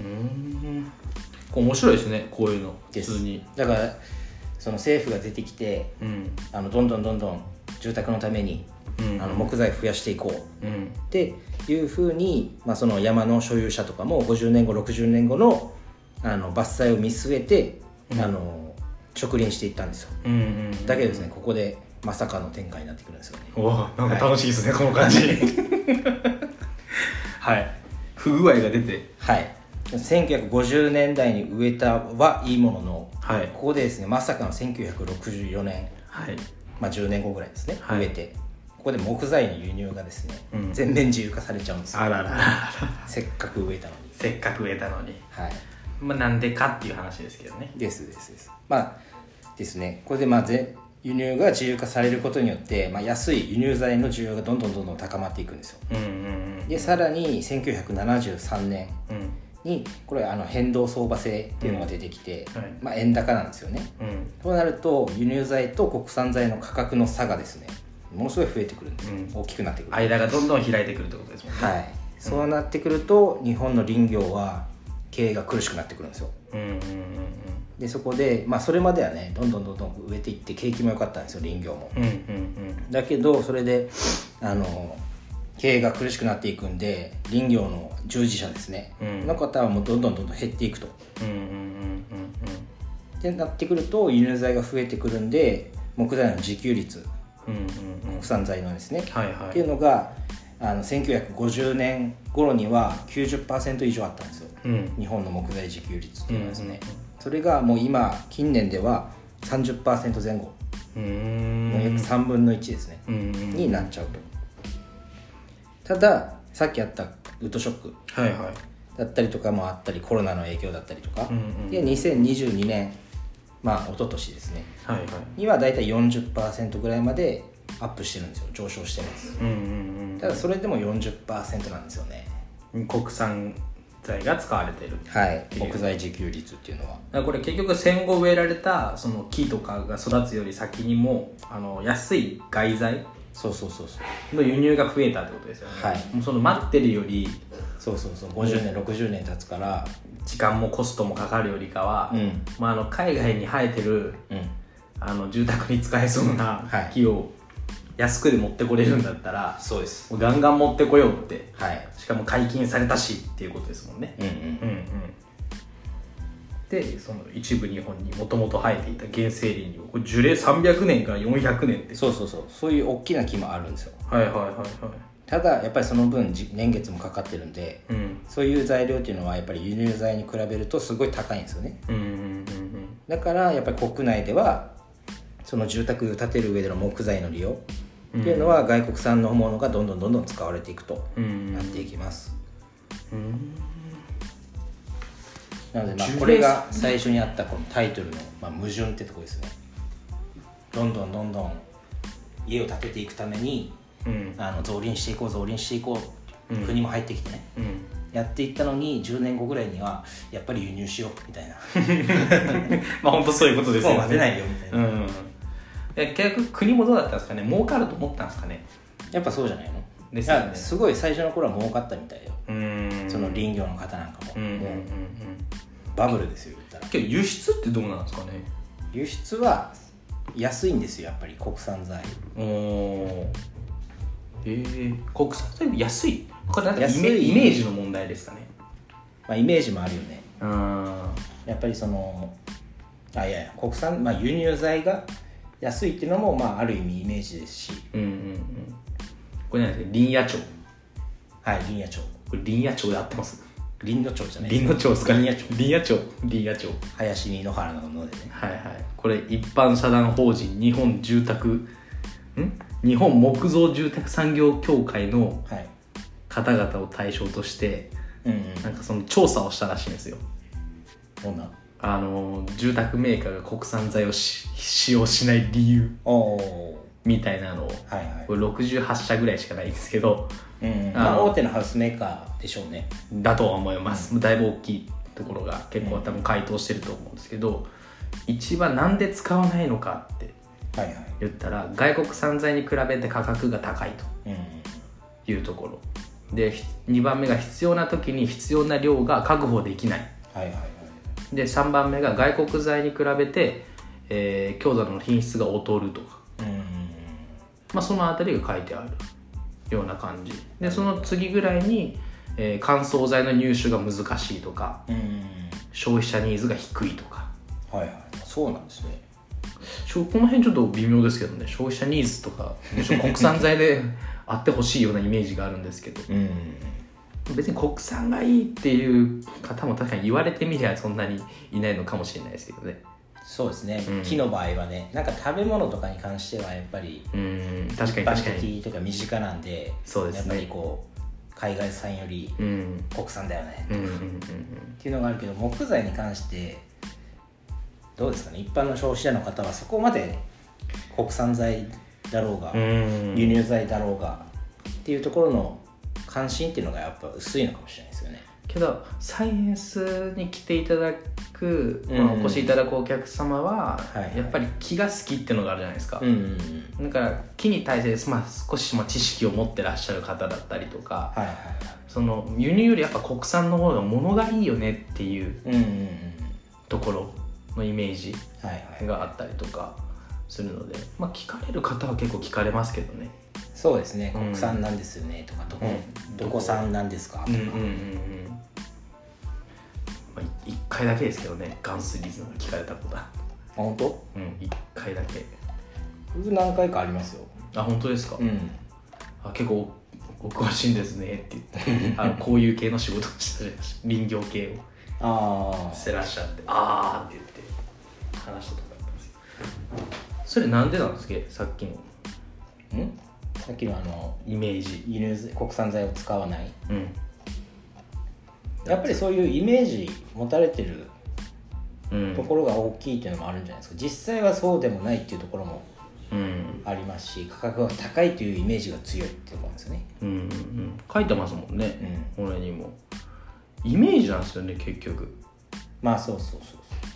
Speaker 2: うんうんこれ面白いですねこういうの普
Speaker 1: です
Speaker 2: 通に
Speaker 1: だからその政府が出てきて
Speaker 2: うん
Speaker 1: あのどんどんどんどん住宅のために
Speaker 2: うん
Speaker 1: あの木材増やしていこう
Speaker 2: うん
Speaker 1: っていうふうに、まあ、その山の所有者とかも50年後60年後のあの伐採を見据えて、
Speaker 2: うん
Speaker 1: あの植林していったんですよ
Speaker 2: うんうん
Speaker 1: だけどですねここでまさかの展開になってくるんですよね
Speaker 2: おーなんか楽しいですね、この感じはい不具合が出て
Speaker 1: はい1950年代に植えたはいいものの
Speaker 2: はい
Speaker 1: ここでですねまさかの1964年、
Speaker 2: はい
Speaker 1: まあ、10年後ぐらいですね、
Speaker 2: はい
Speaker 1: 植えてここで木材の輸入がですね、
Speaker 2: うん
Speaker 1: 全面自由化されちゃうんですよ
Speaker 2: あらららら
Speaker 1: せっかく植えたのに
Speaker 2: せっかく植えたのに
Speaker 1: はい
Speaker 2: まあなんでかっていう話ですけどね
Speaker 1: ですですですまあですねこれでまあぜ輸入が自由化されることによって、まあ、安い輸入材の需要がどんどんどんどん高まっていくんですよ
Speaker 2: うんうんうん
Speaker 1: でさらに1973年にこれあの変動相場制っていうのが出てきて、
Speaker 2: うんはい
Speaker 1: まあ、円高なんですよね
Speaker 2: うんうん
Speaker 1: となると輸入材と国産材の価格の差がですねものすごい増えてくるんです、
Speaker 2: うん
Speaker 1: 大きくなってくる
Speaker 2: 間がどんどん開いてくるってことですもんね
Speaker 1: はいそうなってくると日本の林業は経営が苦しくなってくるんですよ
Speaker 2: うんうんうん
Speaker 1: でそこで、まあ、それまではねどんどんどんどん植えていって景気も良かったんですよ林業も
Speaker 2: うんうんうん
Speaker 1: だけどそれであの経営が苦しくなっていくんで林業の従事者ですね、
Speaker 2: うん
Speaker 1: の方はもうどんどんどんどん減っていくと
Speaker 2: うんうんうんうん
Speaker 1: ってなってくると輸入材が増えてくるんで木材の自給率
Speaker 2: うんうんうんうん
Speaker 1: 国産材のですね、
Speaker 2: はいは
Speaker 1: ってい
Speaker 2: いう
Speaker 1: のがあの1950年頃には90%以上あったんですよ
Speaker 2: うん
Speaker 1: 日本の木材自給率っていうのはですね、
Speaker 2: うん
Speaker 1: それがもう今近年では30%前後
Speaker 2: う
Speaker 1: もう約
Speaker 2: ん
Speaker 1: 3分の1ですね、
Speaker 2: うんうん
Speaker 1: になっちゃうとたださっきあったウッドショック
Speaker 2: はいはい
Speaker 1: だったりとかもあったりコロナの影響だったりとか、
Speaker 2: うんうん
Speaker 1: で2022年まあ一昨年ですね
Speaker 2: はいはい
Speaker 1: にはだいたい40%ぐらいまでアップしてるんですよ上昇してます
Speaker 2: うんうん
Speaker 1: ただそれでも40%なんですよね
Speaker 2: うん国産材が使われてるだか
Speaker 1: はい木材自給率っていうのは
Speaker 2: らこれ結局戦後植えられたその木とかが育つより先にもあの安い外材
Speaker 1: そうそうそうそう
Speaker 2: の輸入が増えたってことですよね、
Speaker 1: はい
Speaker 2: もうその待ってるより
Speaker 1: そうそうそう50年60年経つから
Speaker 2: 時間もコストもかかるよりかは、
Speaker 1: うん
Speaker 2: まあ、あの海外に生えてる
Speaker 1: うん
Speaker 2: あの住宅に使えそうな
Speaker 1: はい
Speaker 2: 木を安くで持ってこれるんだったら、
Speaker 1: そうです
Speaker 2: もうガンガン持ってこようって
Speaker 1: はい
Speaker 2: しかも解禁されたしっていうことですもんね
Speaker 1: うんうん
Speaker 2: うんうんでその一部日本にもともと生えていた原生林にもこれ樹齢300年から400年って
Speaker 1: そうそうそうそういう大きな木もあるんですよ
Speaker 2: はいはいはいは
Speaker 1: ただやっぱりその分じ年月もかかってるんで
Speaker 2: いうん
Speaker 1: そういう材料っていうのはやっぱり輸入材に比べるとすごい高いんですよね
Speaker 2: うんうんうん
Speaker 1: だからやっぱり国内ではその住宅建てる上での木材の利用っていうのは外国産のものがどんどんどんどん使われていくと
Speaker 2: うんうん
Speaker 1: なっていきます、
Speaker 2: うん
Speaker 1: なのでまあ
Speaker 2: 樹齢
Speaker 1: これが最初にあったこのタイトルの、まあ、矛盾ってとこですねどんどんどんどん家を建てていくために
Speaker 2: うん
Speaker 1: あの増林していこう増林していこう、
Speaker 2: うん
Speaker 1: 国も入ってきてね
Speaker 2: うん
Speaker 1: やっていったのに10年後ぐらいにはやっぱり輸入しようみたいな
Speaker 2: まあ本当そういうことですよ
Speaker 1: もう待てないよみたいな、
Speaker 2: うんえ結局国もどうだったんですかね儲かると思ったんですかね
Speaker 1: やっぱそうじゃないの
Speaker 2: ですよね
Speaker 1: いやすごい最初の頃は儲かったみたいよ
Speaker 2: うん
Speaker 1: その林業の方なんかも、
Speaker 2: うんうんうんう
Speaker 1: もうんバブルですよ言ったら
Speaker 2: けど輸出ってどうなんですかね
Speaker 1: 輸出は安いんですよやっぱり国産材
Speaker 2: おおえー、国産という安いこれなんかイメ
Speaker 1: 安い
Speaker 2: イメージの問題ですかね
Speaker 1: まあイメージもあるよね
Speaker 2: あ
Speaker 1: やっぱりそのあいやいや国産、まあ、輸入材が安いっていうのもまあある意味イメージですし
Speaker 2: うんうんうんこれなんですか林野町
Speaker 1: はい林野町
Speaker 2: これ林野町で合ってます
Speaker 1: 林野町じゃない
Speaker 2: 林野町ですか
Speaker 1: 林野町
Speaker 2: 林野町林野町
Speaker 1: 林に野原ののでね
Speaker 2: はいはいこれ一般社団法人日本住宅ん日本木造住宅産業協会の
Speaker 1: はい
Speaker 2: 方々を対象として
Speaker 1: うんうん
Speaker 2: なんかその調査をしたらしいんですよ
Speaker 1: どんな
Speaker 2: あの住宅メーカーが国産材をし使用しない理由
Speaker 1: おお
Speaker 2: みたいなのを
Speaker 1: ーはいはい
Speaker 2: これ68社ぐらいしかないんですけど
Speaker 1: うん、
Speaker 2: あ
Speaker 1: まあ
Speaker 2: の
Speaker 1: 大手のハウスメーカーでしょうね
Speaker 2: だとは思いますだいぶ大きいところが結構多分回答してると思うんですけど一番なんで使わないのかって
Speaker 1: はいはい
Speaker 2: 言ったら外国産材に比べて価格が高いと
Speaker 1: うん
Speaker 2: いうところでひ2番目が必要な時に必要な量が確保できない
Speaker 1: はいはいはい
Speaker 2: で3番目が外国材に比べて、えー強度の品質が劣るとか、
Speaker 1: うんうん
Speaker 2: まあ、その辺りが書いてあるような感じでその次ぐらいに、えー乾燥剤の入手が難しいとか
Speaker 1: うんうんうん
Speaker 2: 消費者ニーズが低いとか
Speaker 1: はいはいそうなんですね
Speaker 2: しょこの辺ちょっと微妙ですけどね消費者ニーズとかむしろ国産材であってほしいようなイメージがあるんですけど
Speaker 1: うん
Speaker 2: 別に国産がいいっていう方も確かに言われてみりゃそんなにいないのかもしれないですけどね
Speaker 1: そうですね、
Speaker 2: うん
Speaker 1: 木の場合はねなんか食べ物とかに関してはやっぱり
Speaker 2: うん確か
Speaker 1: 一般
Speaker 2: に確かに
Speaker 1: 的というか身近なんで
Speaker 2: そうで
Speaker 1: や
Speaker 2: す
Speaker 1: っぱり
Speaker 2: ね
Speaker 1: こう海外産より
Speaker 2: うん
Speaker 1: 国産だよね
Speaker 2: うんうんうん
Speaker 1: っていうのがあるけど木材に関してどうですかね一般の消費者の方はそこまで国産材だろうが、
Speaker 2: うんうん
Speaker 1: 輸入材だろうがっていうところの関心っていうのがやっぱ薄いのかもしれないですよね
Speaker 2: けどサイエンスに来ていただく、
Speaker 1: うん
Speaker 2: まあお越しいただくお客様は、
Speaker 1: はい
Speaker 2: やっぱり木が好きっていうのがあるじゃないですか、
Speaker 1: うんうんうん
Speaker 2: だから木に対して、まあ、少しまあ知識を持ってらっしゃる方だったりとか
Speaker 1: はいは
Speaker 2: その輸入よりやっぱ国産の方が物がいいよねっていう
Speaker 1: いはいうんうんうん
Speaker 2: ところのイメージ
Speaker 1: はいはい
Speaker 2: があったりとかするので、まあ、聞かれる方は結構聞かれますけどね。
Speaker 1: そうですね
Speaker 2: うん
Speaker 1: 国産なんですよねとかどこ、
Speaker 2: うん
Speaker 1: どこ産なんですか、
Speaker 2: うんうんうんうんまあ、い一回だけですけどねガンスリズムが聞かれたことは
Speaker 1: 本当
Speaker 2: うん一回だけ
Speaker 1: 僕何回かありますよ
Speaker 2: あ本当ですか、
Speaker 1: うん
Speaker 2: あ結構おお詳しいんですねって言ってあのこういう系の仕事をしてらっしゃ林業系を
Speaker 1: ああ
Speaker 2: してらっしゃってああって言って話したとこだったんですよそれなんでなんですっけさっきの
Speaker 1: んさっきのあの
Speaker 2: イメージ
Speaker 1: 輸入国産材を使わない
Speaker 2: うん
Speaker 1: やっぱりそういうイメージ持たれてる
Speaker 2: うん
Speaker 1: ところが大きいっていうのもあるんじゃないですか実際はそうでもないっていうところも
Speaker 2: うん
Speaker 1: ありますし価格が高いというイメージが強いっていうところなんですよね
Speaker 2: うんうん書いてますもんね
Speaker 1: うん
Speaker 2: これにもイメージなんですよね結局
Speaker 1: まあそうそうそう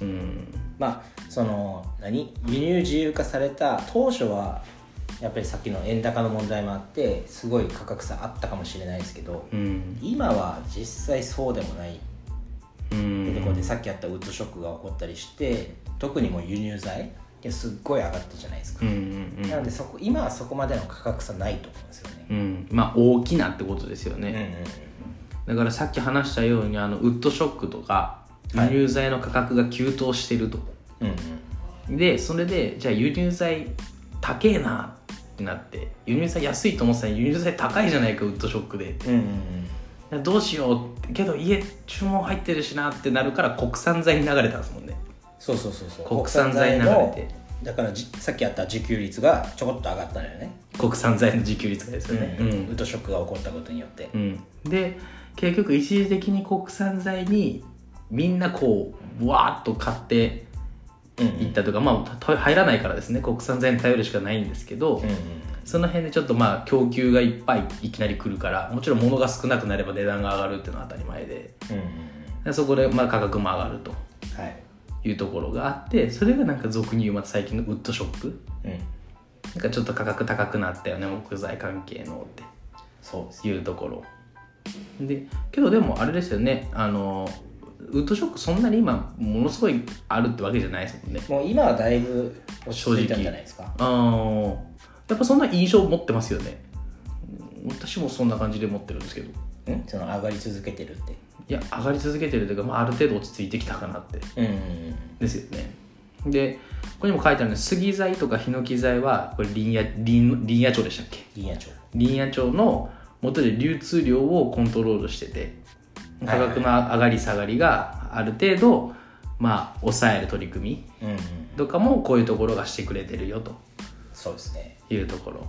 Speaker 1: そう
Speaker 2: うん
Speaker 1: まあその何輸入自由化された当初はやっぱりさっきの円高の問題もあってすごい価格差あったかもしれないですけど
Speaker 2: うん
Speaker 1: 今は実際そうでもないっ
Speaker 2: う
Speaker 1: て
Speaker 2: ん
Speaker 1: ところでさっきあったウッドショックが起こったりして特にもう輸入材ってすっごい上がったじゃないですか
Speaker 2: うんうんうん
Speaker 1: なのでそこ今はそこまでの価格差ないと思うんですよね
Speaker 2: うんまあ大きなってことですよね、
Speaker 1: うん
Speaker 2: だからさっき話したようにあのウッドショックとか輸
Speaker 1: はい
Speaker 2: 入材の価格が急騰してると、
Speaker 1: うんうん
Speaker 2: でそれでじゃあ輸入材高えなってなって輸入材安いと思ってたら輸入材高いじゃないかウッドショックで
Speaker 1: うんうんうん
Speaker 2: どうしようけど家注文入ってるしなってなるから国産材に流れたんですもんね
Speaker 1: そうそうそうそう
Speaker 2: 国産材流れ
Speaker 1: の
Speaker 2: て
Speaker 1: だからじさっきあった自給率がちょこっと上がったのよね、
Speaker 2: 国産材の自給率がですよね、
Speaker 1: うん
Speaker 2: うん
Speaker 1: ウッドショックが起こったことによって、
Speaker 2: うん、で結局一時的に国産材にみんなこうわーっと買って
Speaker 1: うん
Speaker 2: いったとか、まあた入らないからですね国産材に頼るしかないんですけど、
Speaker 1: うん
Speaker 2: その辺でちょっとまあ供給がいっぱいいきなり来るからもちろん物が少なくなれば値段が上がるっていうのは当たり前で
Speaker 1: うんうん
Speaker 2: でそこでまあ価格も上がると
Speaker 1: はい、
Speaker 2: いうところがあってそれがなんか俗に言うまた最近のウッドショック
Speaker 1: うん、
Speaker 2: なんかちょっと価格高くなったよね木材関係のって
Speaker 1: そうです
Speaker 2: いうところでけどでもあれですよねあのウッドショックそんなに今ものすごいあるってわけじゃないですもんね
Speaker 1: もう今はだいぶ落ち着いたんじゃないですか
Speaker 2: あーやっぱそんな印象持ってますよねうん私もそんな感じで持ってるんですけどい
Speaker 1: うんその上がり続けてるって
Speaker 2: や上がり続けてるというか、まあ、ある程度落ち着いてきたかなって
Speaker 1: うんうん
Speaker 2: ですよねでここにも書いてあるね杉材とかヒノキ材はこれ林野林林野町でしたっけ
Speaker 1: 林野町
Speaker 2: 林野町の元で流通量をコントロールしてて価格の上がり下がりがある程度まあ抑える取り組み
Speaker 1: うんうん
Speaker 2: とかもこういうところがしてくれてるよと
Speaker 1: そうですね
Speaker 2: いうところ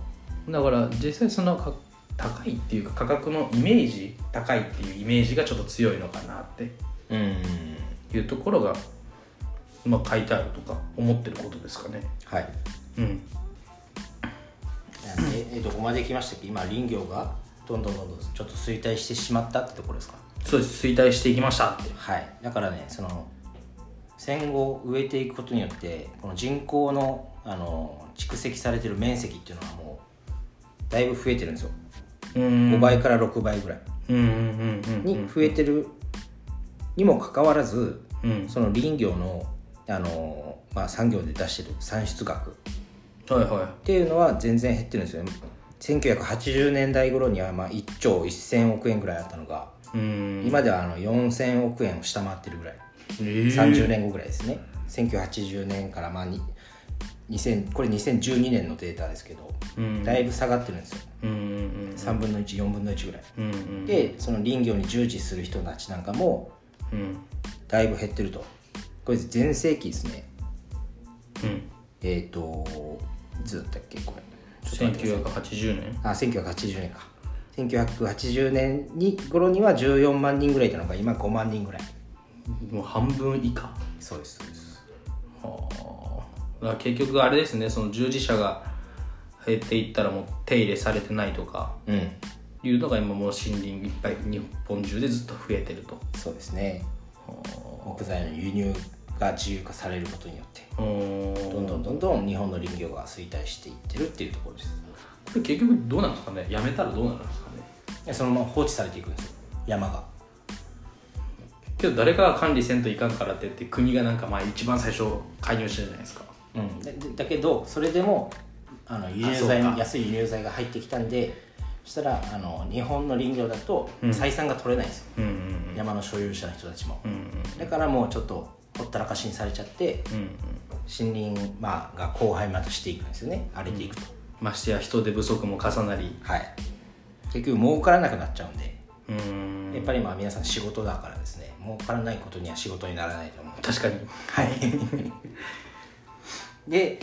Speaker 2: だから実際そのか高いっていうか価格のイメージ高いっていうイメージがちょっと強いのかなって
Speaker 1: うんうん
Speaker 2: いうところがまあ書いてあるとか思ってることですかね
Speaker 1: はい
Speaker 2: うん
Speaker 1: なんでえどこまで来ましたっけ今林業がどんどんどんどんちょっと衰退してしまったってところですか
Speaker 2: そうです衰退していきましたって
Speaker 1: はい、だからねその戦後植えていくことによってこの人口のあの蓄積されてる面積っていうのはもうだいぶ増えてるんですよ、
Speaker 2: うん
Speaker 1: 5倍から6倍ぐらい
Speaker 2: うんうんうんうん
Speaker 1: に増えてるにもかかわらず
Speaker 2: うん
Speaker 1: その林業のあの、まあ、産業で出してる産出額っ
Speaker 2: はいは
Speaker 1: ていうのは全然減ってるんですよね1980年代頃にはまあ1兆1000億円ぐらいあったのが
Speaker 2: いうん
Speaker 1: 今ではあの4000億円を下回ってるぐらい
Speaker 2: えー
Speaker 1: 30年後ぐらいですね1980年からまあに2000これ2012年のデータですけど
Speaker 2: うん
Speaker 1: だいぶ下がってるんですよ
Speaker 2: うんうん
Speaker 1: 3分の14分の1ぐらい
Speaker 2: うんうん
Speaker 1: でその林業に従事する人たちなんかも
Speaker 2: うん
Speaker 1: だいぶ減ってるとこれ全盛期ですね
Speaker 2: うん
Speaker 1: えっ、といつだったっけこれちょっと待ってくだ
Speaker 2: 1980年
Speaker 1: さいあ1980年か1980年に頃には14万人ぐらいいたのが今5万人ぐらい
Speaker 2: もう半分以下
Speaker 1: そうですそうです
Speaker 2: はあだから結局あれですねその従事者が減っていったらもう手入れされてないとか
Speaker 1: うん
Speaker 2: いうのが今もう森林いっぱい日本中でずっと増えてると
Speaker 1: そうですね木材の輸入が自由化されることによって
Speaker 2: うーん
Speaker 1: どんどんどんどん日本の林業が衰退していってるっていうところです
Speaker 2: これ結局どうなんですかねやめたらどうなるんですかね
Speaker 1: でそのまま放置されていくんですよ山が
Speaker 2: けど誰かが管理せんといかんからって言って国がなんかまあ一番最初介入してるじゃないですか
Speaker 1: うん、ででだけどそれでもあの輸入
Speaker 2: あそう
Speaker 1: 材
Speaker 2: か
Speaker 1: 安い輸入材が入ってきたんでそしたらあの日本の林業だと
Speaker 2: うん
Speaker 1: 採算が取れないんですよ、
Speaker 2: うんうん
Speaker 1: 山の所有者の人たちも、
Speaker 2: うんうん
Speaker 1: だからもうちょっとほったらかしにされちゃって
Speaker 2: うんうん
Speaker 1: 森林、まあ、が荒廃までしていくんですよね荒れていくと、
Speaker 2: ましてや人手不足も重なり
Speaker 1: はい結局儲からなくなっちゃうんで
Speaker 2: うーん
Speaker 1: やっぱりまあ皆さん仕事だからですね儲からないことには仕事にならないと思う
Speaker 2: 確かに
Speaker 1: はい で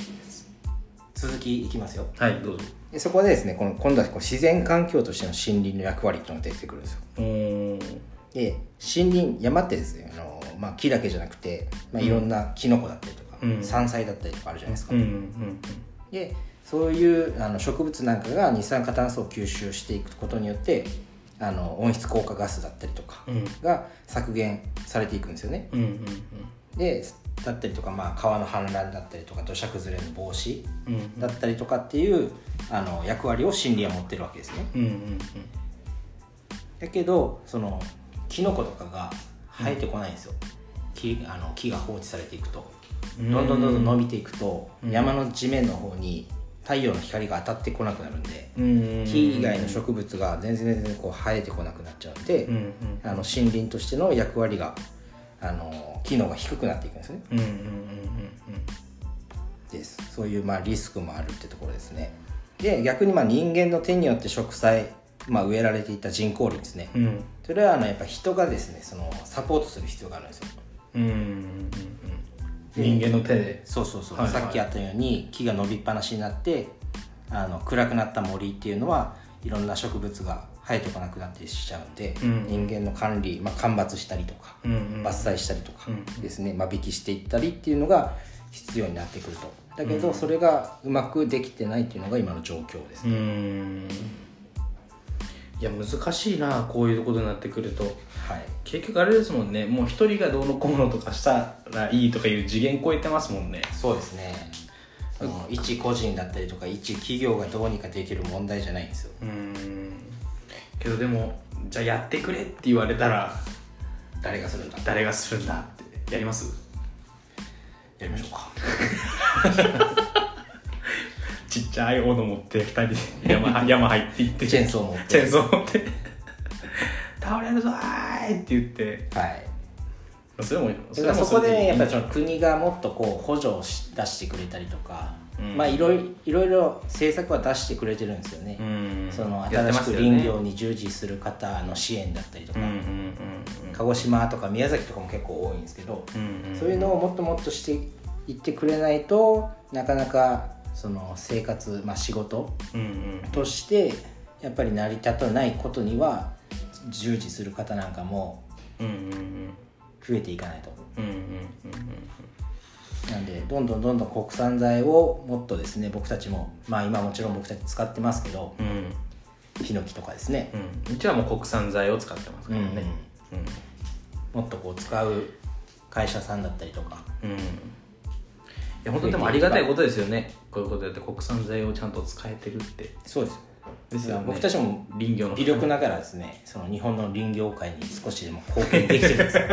Speaker 1: 続きいきますよ
Speaker 2: はいどうぞ
Speaker 1: でそこでですねこの今度はこう自然環境としての森林の役割っていうのが出てくるんですよ
Speaker 2: うーん
Speaker 1: で森林山ってですねあの、まあ、木だけじゃなくて、まあ、いろんなキノコだったりとか、
Speaker 2: うん
Speaker 1: 山菜だったりとかあるじゃないですか、
Speaker 2: うんうん
Speaker 1: でそういうあの植物なんかが二酸化炭素を吸収していくことによってあの温室効果ガスだったりとか
Speaker 2: うんうん
Speaker 1: が削減されていくんですよね
Speaker 2: うんうん
Speaker 1: でだったりとか、まあ、川の氾濫だったりとか土砂崩れの防止
Speaker 2: うんうん
Speaker 1: だったりとかっていうあの役割を森林は持ってるわけですね
Speaker 2: うんうんうん
Speaker 1: だけどそのキノコとかが生えてこないんですよ、木あの木が放置されていくと
Speaker 2: うん
Speaker 1: どんどんどんどん伸びていくと、
Speaker 2: うん
Speaker 1: 山の地面の方に太陽の光が当たってこなくなるんで、
Speaker 2: うん
Speaker 1: 木以外の植物が全然全然こう生えてこなくなっちゃうんで、
Speaker 2: うんうん
Speaker 1: あの森林としての役割があの機能が低くなっていくんですね
Speaker 2: うんうんうんうん
Speaker 1: ですそういうまあリスクもあるってところですねで逆にまあ人間の手によって植栽、まあ、植えられていた人工林ですね、
Speaker 2: うんうん
Speaker 1: それはあのやっぱ人がですねそのサポートする必要があるんですよ
Speaker 2: うんうんうん人間の手で
Speaker 1: そうそうそう、
Speaker 2: はいはい
Speaker 1: さっきあったように木が伸びっぱなしになってあの暗くなった森っていうのはいろんな植物が生えてこなくなってしちゃうんで、
Speaker 2: うん
Speaker 1: 人間の管理、まあ、間伐したりとか、
Speaker 2: うんうん
Speaker 1: 伐採したりとか
Speaker 2: うん
Speaker 1: ですね、間引きしていったりっていうのが必要になってくるとだけどそれがうまくできてないっていうのが今の状況です
Speaker 2: うーんいや難しいなこういうことになってくると
Speaker 1: はい
Speaker 2: 結局あれですもんねもう一人がどうのこうのとかしたらいいとかいう次元超えてますもんね
Speaker 1: そうですねその一個人だったりとか一企業がどうにかできる問題じゃないんですよ
Speaker 2: うーんけどでもじゃあやってくれって言われたら
Speaker 1: 誰がするんだ
Speaker 2: 誰がするんだってやります
Speaker 1: やりましょうか
Speaker 2: ちっちゃい斧持って2人で山 山入っていって
Speaker 1: チェーンソー持って
Speaker 2: チェーンソー持って倒れるぞーいって言って
Speaker 1: はい
Speaker 2: それも
Speaker 1: だからそこで、ね、やっぱりそ
Speaker 2: ょ
Speaker 1: の国がもっとこう補助をし出してくれたりとか、
Speaker 2: うん
Speaker 1: まあいろいいろいろ政策は出してくれてるんですよね、
Speaker 2: ん
Speaker 1: その
Speaker 2: やって
Speaker 1: 新
Speaker 2: ま
Speaker 1: し
Speaker 2: す
Speaker 1: く
Speaker 2: よね
Speaker 1: 林業に従事する方の支援だったりとか、
Speaker 2: うんうん
Speaker 1: 鹿児島とか宮崎とかも結構多いんですけど、
Speaker 2: うんうんうん
Speaker 1: そういうのをもっともっとしていってくれないとなかなかその生活、まあ、仕事
Speaker 2: うんうん
Speaker 1: としてやっぱり成り立たないことには従事する方なんかも
Speaker 2: うんうんうん
Speaker 1: 増えていかないと
Speaker 2: うんうん
Speaker 1: なんでどんどんどんどん国産材をもっとですね僕たちもまあ今もちろん僕たち使ってますけど
Speaker 2: うんうん
Speaker 1: ヒノキとかですね、
Speaker 2: うんうちはもう国産材を使ってますからね
Speaker 1: もっとこう使う会社さんだったりとか
Speaker 2: うん、うんいや本当にでもありがたいことですよねこういうことやって国産材をちゃんと使えてるって
Speaker 1: そうです
Speaker 2: ですよね
Speaker 1: 僕たちも
Speaker 2: 林業の
Speaker 1: 微力ながらですねその日本の林業界に少しでも貢献できてるん ですよ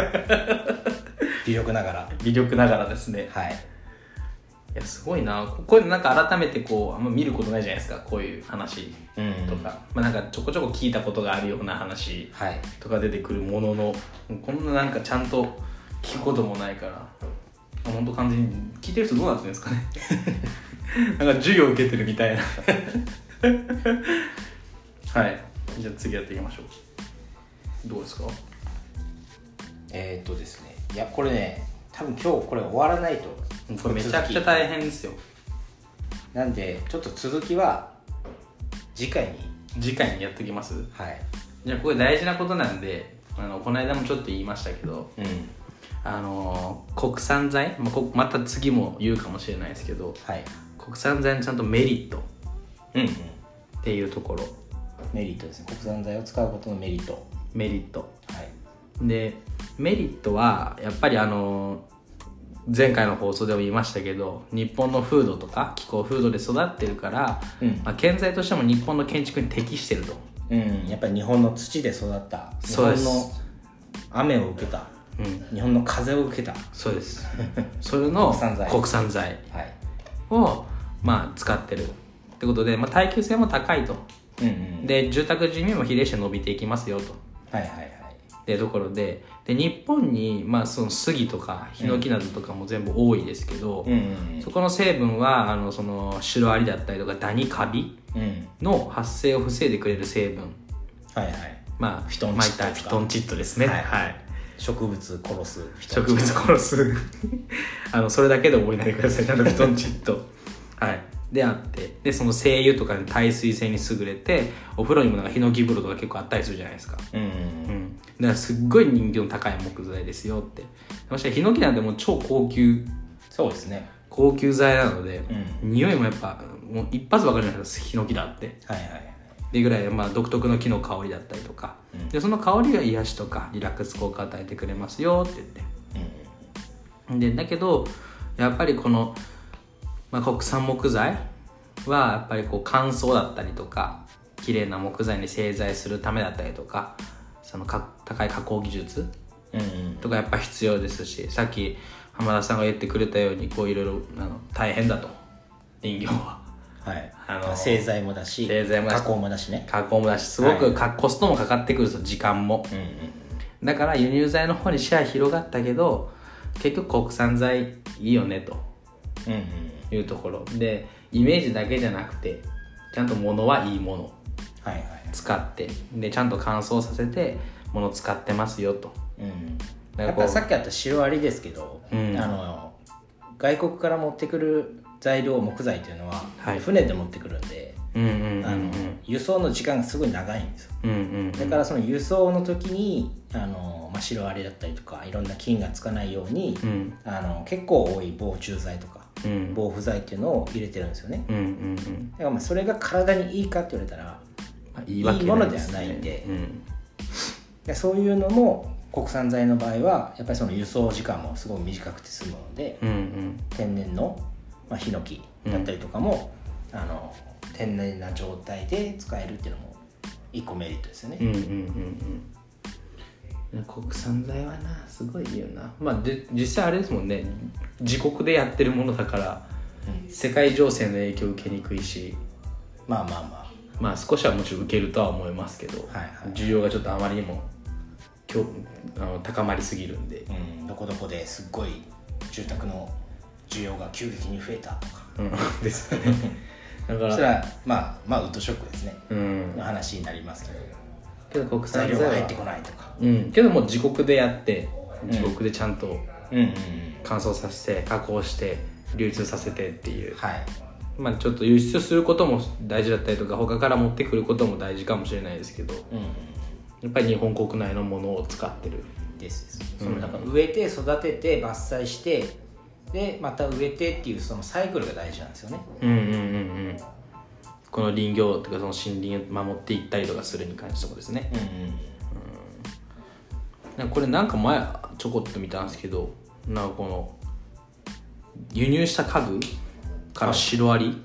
Speaker 1: 微力ながら
Speaker 2: 魅力ながらですね
Speaker 1: はい
Speaker 2: いやすごいなここういうのなんか改めてこうあんま見ることないじゃないですかこういう話
Speaker 1: うん
Speaker 2: とか、まあ、なんかちょこちょこ聞いたことがあるような話
Speaker 1: はい
Speaker 2: とか出てくるもののこんななんかちゃんと聞くこともないからあ本当完全に聞いてる人どうなってるんですかねなんか授業受けてるみたいな はいじゃあ次やっていきましょうどうですか
Speaker 1: えー、っとですねいやこれね多分今日これ終わらないと
Speaker 2: これめちゃくちゃ大変ですよ
Speaker 1: なんでちょっと続きは次回に
Speaker 2: 次回にやっときます
Speaker 1: はい
Speaker 2: じゃあこれ大事なことなんであのこの間もちょっと言いましたけど
Speaker 1: うん
Speaker 2: あの国産材、まあ、こまた次も言うかもしれないですけど
Speaker 1: はい
Speaker 2: 国産材のちゃんとメリット
Speaker 1: うん、うん、
Speaker 2: っていうところ
Speaker 1: メリットですね国産材を使うことのメリット
Speaker 2: メリット
Speaker 1: はい
Speaker 2: でメリットはやっぱりあの前回の放送でも言いましたけど日本の風土とか気候風土で育ってるから、
Speaker 1: うん
Speaker 2: まあ、建材としても日本の建築に適してると
Speaker 1: うんやっぱり日本の土で育った日
Speaker 2: そうで
Speaker 1: 本
Speaker 2: す
Speaker 1: の雨を受けた
Speaker 2: うん
Speaker 1: 日本の風を受けたは
Speaker 2: そうです それの
Speaker 1: 国産材
Speaker 2: 国産材
Speaker 1: い
Speaker 2: を、まあ、使ってるってことで、まあ、耐久性も高いと
Speaker 1: うんうん
Speaker 2: で住宅地にも比例して伸びていきますよと
Speaker 1: はいはいはい
Speaker 2: ってところでで日本に、まあ、その杉とかヒノキなどとかも全部多いですけど、
Speaker 1: うんうん
Speaker 2: そこの成分はあのそのシロアリだったりとかダニカビ
Speaker 1: うんうん
Speaker 2: の発生を防いでくれる成分
Speaker 1: はいはい
Speaker 2: まあ
Speaker 1: フィトンチッド
Speaker 2: まあ
Speaker 1: とか
Speaker 2: フィトンチッドですね
Speaker 1: はい
Speaker 2: はい
Speaker 1: 植物殺す人
Speaker 2: 植物殺す あのそれだけで覚えないでくださいちゃんとフィトンチッドはいであってでその精油とかに耐水性に優れてお風呂にもなんかヒノキ風呂とか結構あったりするじゃないですか
Speaker 1: うんうん
Speaker 2: う
Speaker 1: うん
Speaker 2: んだからすっごい人気の高い木材ですよってそしてヒノキなんてもう超高級
Speaker 1: そうですね
Speaker 2: 高級材なので、
Speaker 1: う
Speaker 2: 匂いもやっぱもう一発分かるじゃないですかヒノキだって
Speaker 1: はいはいはい
Speaker 2: でぐらい、まあ、独特の木の香りだったりとか、
Speaker 1: うん
Speaker 2: でその香りが癒しとかリラックス効果を与えてくれますよって言
Speaker 1: うん
Speaker 2: ってでだけどやっぱりこの、まあ、国産木材はやっぱりこう乾燥だったりとか綺麗な木材に製材するためだったりとかそのか高い加工技術
Speaker 1: うんうん
Speaker 2: とかやっぱ必要ですしさっき浜田さんが言ってくれたようにこういろいろあの大変だと林業は
Speaker 1: はい
Speaker 2: あの
Speaker 1: 製材もだし
Speaker 2: 製材もだし
Speaker 1: 加工もだしね
Speaker 2: 加工もだしすごくかコストもかかってくると時間も
Speaker 1: うんうん
Speaker 2: だから輸入材の方にシェア広がったけど結局国産材いいよねと
Speaker 1: うんうん
Speaker 2: いうところでイメージだけじゃなくてちゃんと物はいいもの
Speaker 1: はいはい
Speaker 2: 使ってでちゃんと乾燥させて物使ってますよと
Speaker 1: うん
Speaker 2: なん
Speaker 1: や
Speaker 2: か
Speaker 1: っ
Speaker 2: こう
Speaker 1: ぱさっきあったシロアリですけど、
Speaker 2: うん
Speaker 1: あの外国から持ってくる材料木材というのは、
Speaker 2: はい
Speaker 1: 船で持ってくるんで、
Speaker 2: うんうんうん
Speaker 1: あの輸送の時間がすごい長いんですよ
Speaker 2: うんうん
Speaker 1: だからその輸送の時にあの、まあ、シロアリだったりとかいろんな菌がつかないように、
Speaker 2: うん
Speaker 1: あの結構多い防虫剤とか
Speaker 2: うん
Speaker 1: 防腐剤っていうのを入れてるんですよね
Speaker 2: うんうんうん
Speaker 1: だからまあそれが体にいいかって言われたら
Speaker 2: まあ
Speaker 1: い
Speaker 2: い
Speaker 1: い
Speaker 2: わけ
Speaker 1: もの
Speaker 2: で
Speaker 1: では
Speaker 2: すね
Speaker 1: ないんで
Speaker 2: うん
Speaker 1: でそういうのも国産材の場合はやっぱりその輸送時間もすごい短くて済むので、
Speaker 2: うんうん
Speaker 1: 天然の、まあ、ヒノキだったりとかも、あの天然な状態で使えるっていうのも一個メリットですよね、
Speaker 2: うんうんうんうん国産材はなすごいいいよなまあで実際あれですもんね自国でやってるものだから
Speaker 1: うん
Speaker 2: 世界情勢の影響を受けにくいし
Speaker 1: まあまあま
Speaker 2: まあ少しはもちろん受けるとは思いますけど、
Speaker 1: はいはい
Speaker 2: 需要がちょっとあまりにもきょあの高まりすぎるんで
Speaker 1: あ、うん、どこどこですっごい住宅の需要が急激に増えたとか
Speaker 2: うんですよねだか
Speaker 1: そ
Speaker 2: ら
Speaker 1: したらまあまあウッドショックですね
Speaker 2: うん
Speaker 1: の話になりますけど
Speaker 2: けど国産
Speaker 1: 材
Speaker 2: 材
Speaker 1: 料
Speaker 2: は
Speaker 1: が入ってこないとか
Speaker 2: うんけどもう自国でやって自国でちゃんと
Speaker 1: うんうんうん
Speaker 2: 乾燥させて加工して流通させてっていう
Speaker 1: はい
Speaker 2: まあ、ちょっと輸出することも大事だったりとか他から持ってくることも大事かもしれないですけど
Speaker 1: うん
Speaker 2: やっぱり日本国内のものを使ってる
Speaker 1: ですですそのだから植えて育てて伐採してでまた植えてっていうそのサイクルが大事なんですよね
Speaker 2: うんうんうんうんこの林業とかその森林を守っていったりとかするに関してもですね
Speaker 1: うんうん
Speaker 2: なんかこれなんか前ちょこっと見たんですけどなんかこの輸入した家具からシロアリ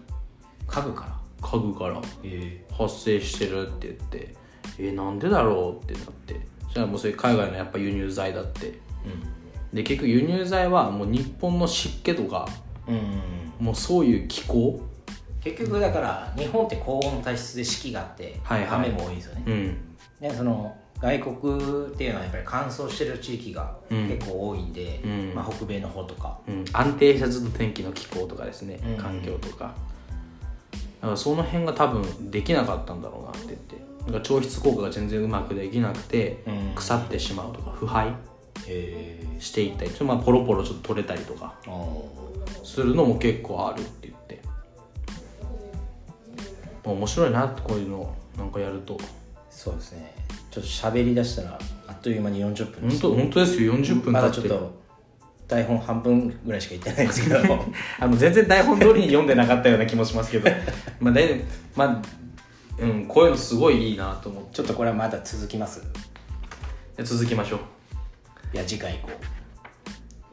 Speaker 1: 家具から
Speaker 2: 家具から
Speaker 1: え
Speaker 2: 発生してるって言ってえなんでだろうってなってそしたらもうそれ海外のやっぱ輸入材だってで結局輸入材はもう日本の湿気とか
Speaker 1: うん、
Speaker 2: もうそういう気候
Speaker 1: 結局だから日本って高温多湿で四季があって
Speaker 2: はいはい
Speaker 1: 雨も多いんですよね、
Speaker 2: うん
Speaker 1: でその外国っていうのはやっぱり乾燥してる地域が
Speaker 2: うん
Speaker 1: 結構多いんで、
Speaker 2: うん
Speaker 1: まあ、北米の方とか
Speaker 2: うん、安定したずっと天気の気候とかですね
Speaker 1: うん
Speaker 2: 環境とか,、だからその辺が多分できなかったんだろうなって言ってだから調湿効果が全然うまくできなくて、
Speaker 1: うん
Speaker 2: 腐ってしまうとか腐敗
Speaker 1: へえ
Speaker 2: していったりちょっとまあポロポロちょっと取れたりとか
Speaker 1: あー
Speaker 2: するのも結構あるって言って面白いなってこういうのなんかやると
Speaker 1: そうですねちょっと喋りだしたらあっという間に40分で
Speaker 2: 本
Speaker 1: す
Speaker 2: 当本当ですよ40分
Speaker 1: ま
Speaker 2: 経
Speaker 1: だ
Speaker 2: っ
Speaker 1: ちょって
Speaker 2: る、
Speaker 1: と台本半分ぐらいしか言ってないですけ ど
Speaker 2: あの全然台本通りに読んでなかったような気もしますけどまあだいぶまあうんこういうのすごいいいなと思って
Speaker 1: ちょっとこれはまだ続きます
Speaker 2: で続きましょう
Speaker 1: いや次回以降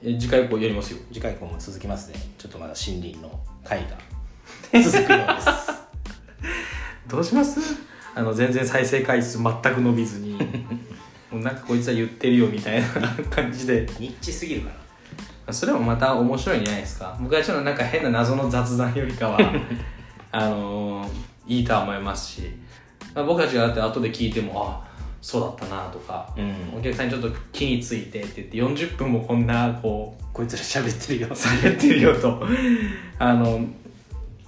Speaker 2: え次回以降やりますよ
Speaker 1: 次回以降も続きますねちょっとまだ森林の回が続くようです
Speaker 2: どうしますあの全然再生回数全く伸びず にもうなんかこいつは言ってるよみたいな感じで
Speaker 1: ニッチすぎるかな
Speaker 2: それもまた面白いんじゃないですか僕はちょっとなんか変な謎の雑談より かはあのーいいとは思いますし、まあ僕たちがだって後で聞いてもあそうだったなとか、
Speaker 1: うん
Speaker 2: お客さんにちょっと気についてって言って40分もこんなこう
Speaker 1: こいつら喋ってるよ
Speaker 2: 喋ってるよとあの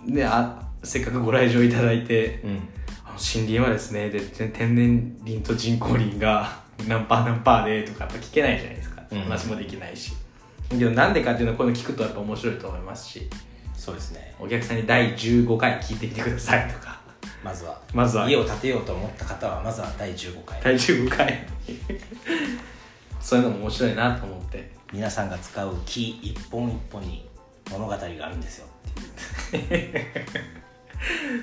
Speaker 2: ねあせっかくご来場いただいて、
Speaker 1: うん
Speaker 2: あの森林はですねで天然林と人工林が何パー何パーでとかやっぱ聞けないじゃないですか、
Speaker 1: うん
Speaker 2: 話もできないしけどなんでかっていうのはこういうの聞くとやっぱ面白いと思いますし
Speaker 1: そうですね
Speaker 2: お客さんに第15回聞いてみてくださいとか
Speaker 1: まずは
Speaker 2: まずは
Speaker 1: 家を建てようと思った方はまずは第15回
Speaker 2: 第15回そういうのも面白いなと思って
Speaker 1: 皆さんが使う木一本一本に物語があるんですよっていう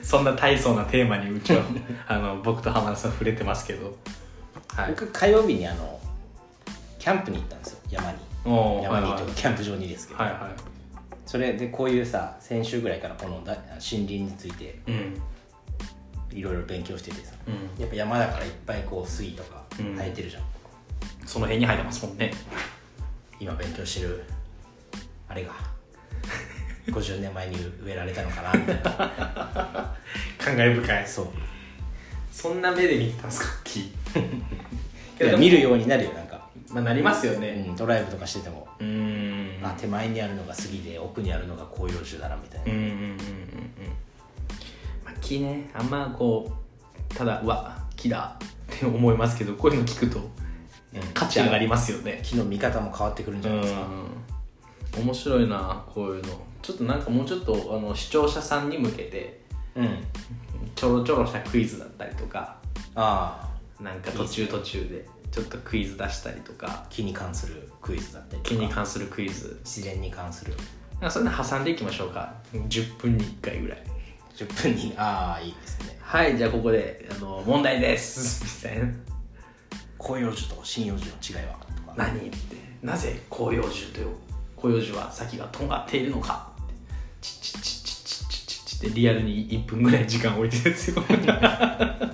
Speaker 2: そんな大層なテーマに うちはあの僕と浜田さん触れてますけど、はい、
Speaker 1: 僕火曜日にあのキャンプに行ったんですよ山に
Speaker 2: おー
Speaker 1: 山に
Speaker 2: はい
Speaker 1: と
Speaker 2: はい
Speaker 1: いうかキャンプ場にですけど、
Speaker 2: はいは
Speaker 1: それでこういうさ先週ぐらいからこのだ森林について
Speaker 2: いうん
Speaker 1: いろいろ勉強しててさ
Speaker 2: うん
Speaker 1: やっぱ山だからいっぱいこう杉とか
Speaker 2: うん
Speaker 1: 生えてるじゃん、
Speaker 2: その辺に入ってますもんね
Speaker 1: 今勉強してるあ れが50年前に植えられたのかなみた いな
Speaker 2: 感慨深い
Speaker 1: そう
Speaker 2: そんな目で見てたんですか 木
Speaker 1: いや見るようになるよなんか、
Speaker 2: まあなりますよ
Speaker 1: う
Speaker 2: ね
Speaker 1: ん、ドライブとかしてても、
Speaker 2: うんうん
Speaker 1: あ手前にあるのが杉で奥にあるのが広葉樹だなみたい
Speaker 2: うん
Speaker 1: な、
Speaker 2: うんうんうんまあ木ねあんまこうただうわ木だって思いますけどこういうの聞くと
Speaker 1: うん
Speaker 2: 価値上がりますよね
Speaker 1: 木の見方も変わってくるんじゃないですか、
Speaker 2: うん面白いなこういうのちょっとなんかもうちょっとあの視聴者さんに向けて
Speaker 1: うん
Speaker 2: ちょろちょろしたクイズだったりとか
Speaker 1: ああ
Speaker 2: なんか途中途中でちょっとクイズ出したりとか
Speaker 1: 木に関するクイズだったりと
Speaker 2: 木
Speaker 1: か
Speaker 2: に関するクイズ
Speaker 1: 自然に関する
Speaker 2: なんかそういうの挟んでいきましょうか10分に1回ぐらい
Speaker 1: 10分にああいいですね
Speaker 2: はいじゃあここであの問題ですみたいな
Speaker 1: 広葉樹と針葉樹の違いはとか
Speaker 2: 何ってなぜ広葉樹という広葉樹は先がとんがっているのかってチッチッチッチッチッチッチッってリアルに1分ぐらい時間置いてるんですよ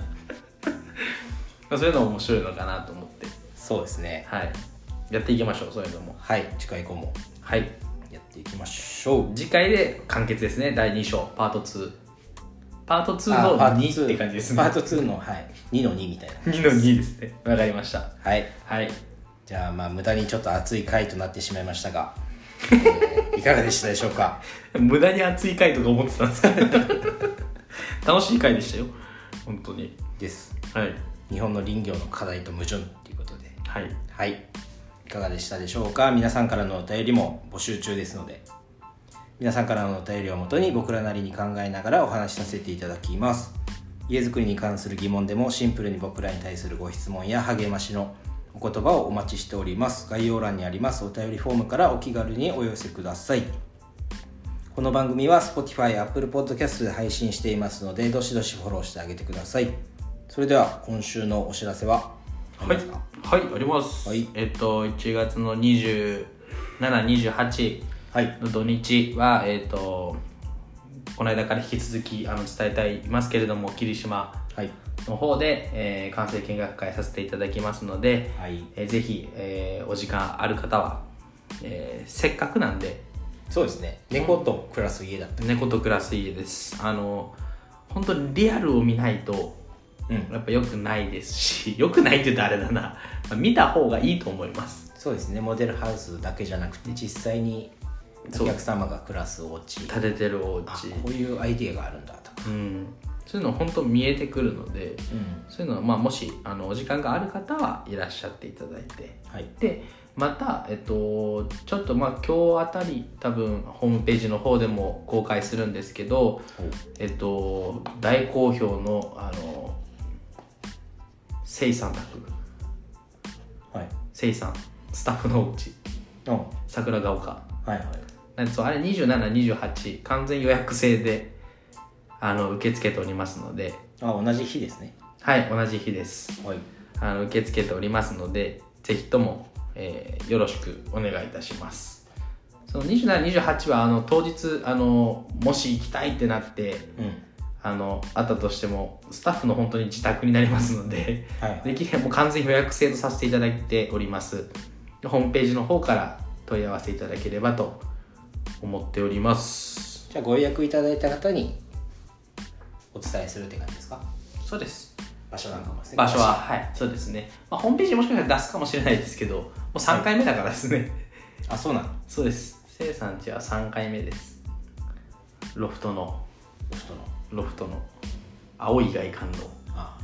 Speaker 2: まあそういうの面白いのかなと思って
Speaker 1: そうですね
Speaker 2: はいやっていきましょうそういうのも
Speaker 1: はい次回以降も
Speaker 2: はい
Speaker 1: やっていきましょう
Speaker 2: 次回で完結ですね第2章パート2パート2
Speaker 1: あ
Speaker 2: の
Speaker 1: パート
Speaker 2: 2って感じですね
Speaker 1: パート2の、はい、2の2みたいな
Speaker 2: 2の2ですねわかりました
Speaker 1: はい
Speaker 2: はい
Speaker 1: じゃあまあ無駄にちょっと熱い回となってしまいましたが、えーいかがでしたでしょうか
Speaker 2: 無駄に熱い回とか思ってたんですけ ど楽しい回でしたよ本当に
Speaker 1: です
Speaker 2: はい
Speaker 1: 日本の林業の課題と矛盾ということで
Speaker 2: はい
Speaker 1: はいいかがでしたでしょうか皆さんからのお便りも募集中ですので皆さんからのお便りをもとに僕らなりに考えながらお話しさせていただきます家づくりに関する疑問でもシンプルに僕らに対するご質問や励ましのお言葉をお待ちしております概要欄にありますお便りフォームからお気軽にお寄せくださいこの番組は Spotify、Apple Podcast で配信していますのでどしどしフォローしてあげてくださいそれでは今週のお知らせはあり
Speaker 2: は
Speaker 1: ま
Speaker 2: い
Speaker 1: すか、
Speaker 2: あります、
Speaker 1: はい
Speaker 2: えっと1月の2728
Speaker 1: はい
Speaker 2: の土日はえっとこの間から引き続きあの伝えたいますけれども霧島
Speaker 1: はい
Speaker 2: の方で、えー完成見学会させていただきますので、
Speaker 1: はい
Speaker 2: えーぜひ、えーお時間ある方は、えーせっかくなんで
Speaker 1: そうですね猫と暮らす家だった
Speaker 2: 猫と暮らす家ですあの本当にリアルを見ないと
Speaker 1: うん
Speaker 2: やっぱ良くないですし 良くないって言うとあれだな、まあ見た方がいいと思います
Speaker 1: そうですねモデルハウスだけじゃなくて実際にお客様が暮らすお家
Speaker 2: 建ててるお家
Speaker 1: あこういうアイデアがあるんだとか、
Speaker 2: うんそういうの本当見えてくるのでそういうのは、まあ、もしあのお時間がある方はいらっしゃっていただいて
Speaker 1: はい
Speaker 2: でまた、えっと、ちょっとまあ今日あたり多分ホームページの方でも公開するんですけど、えっと、大好評のあの生産宅
Speaker 1: はい
Speaker 2: 生産スタッフのおうち
Speaker 1: うん
Speaker 2: 桜ヶ丘
Speaker 1: はいはい
Speaker 2: なんそうあれ2728完全予約制であの受け付けておりますので
Speaker 1: あ同じ日ですね
Speaker 2: はい同じ日です
Speaker 1: はい
Speaker 2: あの受け付けておりますのでぜひとも、えーよろしくお願いいたしますその2728はあの当日あのもし行きたいってなって
Speaker 1: うん
Speaker 2: あのあったとしてもスタッフの本当に自宅になりますので
Speaker 1: はい
Speaker 2: できればもう完全予約制とさせていただいておりますホームページの方から問い合わせいただければと思っております
Speaker 1: じゃあご予約いただいた方にお伝えするって感じですか
Speaker 2: そうです
Speaker 1: 場所なんかもですね
Speaker 2: 場所ははいそうですね、まあ、ホームページもしかしたら出すかもしれないですけどもう3回目だからですね、
Speaker 1: あそうなの
Speaker 2: そうです生産地は3回目ですロフトの
Speaker 1: ロフトの
Speaker 2: ロフトの青い外観の
Speaker 1: あ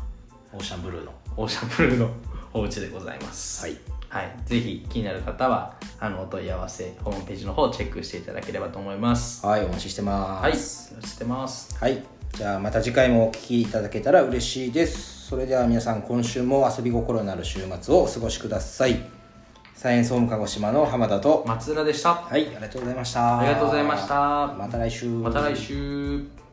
Speaker 1: オーシャンブルーの
Speaker 2: オーシャンブルーの お家でございます
Speaker 1: はい
Speaker 2: はい、ぜひ気になる方はあのお問い合わせホームページの方をチェックしていただければと思います。
Speaker 1: はいお待ちしてま
Speaker 2: はい、
Speaker 1: す
Speaker 2: してます。
Speaker 1: はい、じゃあまた次回もお聞きいただけたら嬉しいですそれでは皆さん今週も遊び心のある週末をお過ごしくださいサイエンスホーム鹿児島の浜田と
Speaker 2: 松浦でした。
Speaker 1: はいありがとうございました
Speaker 2: ありがとうございました
Speaker 1: また来週
Speaker 2: また来週。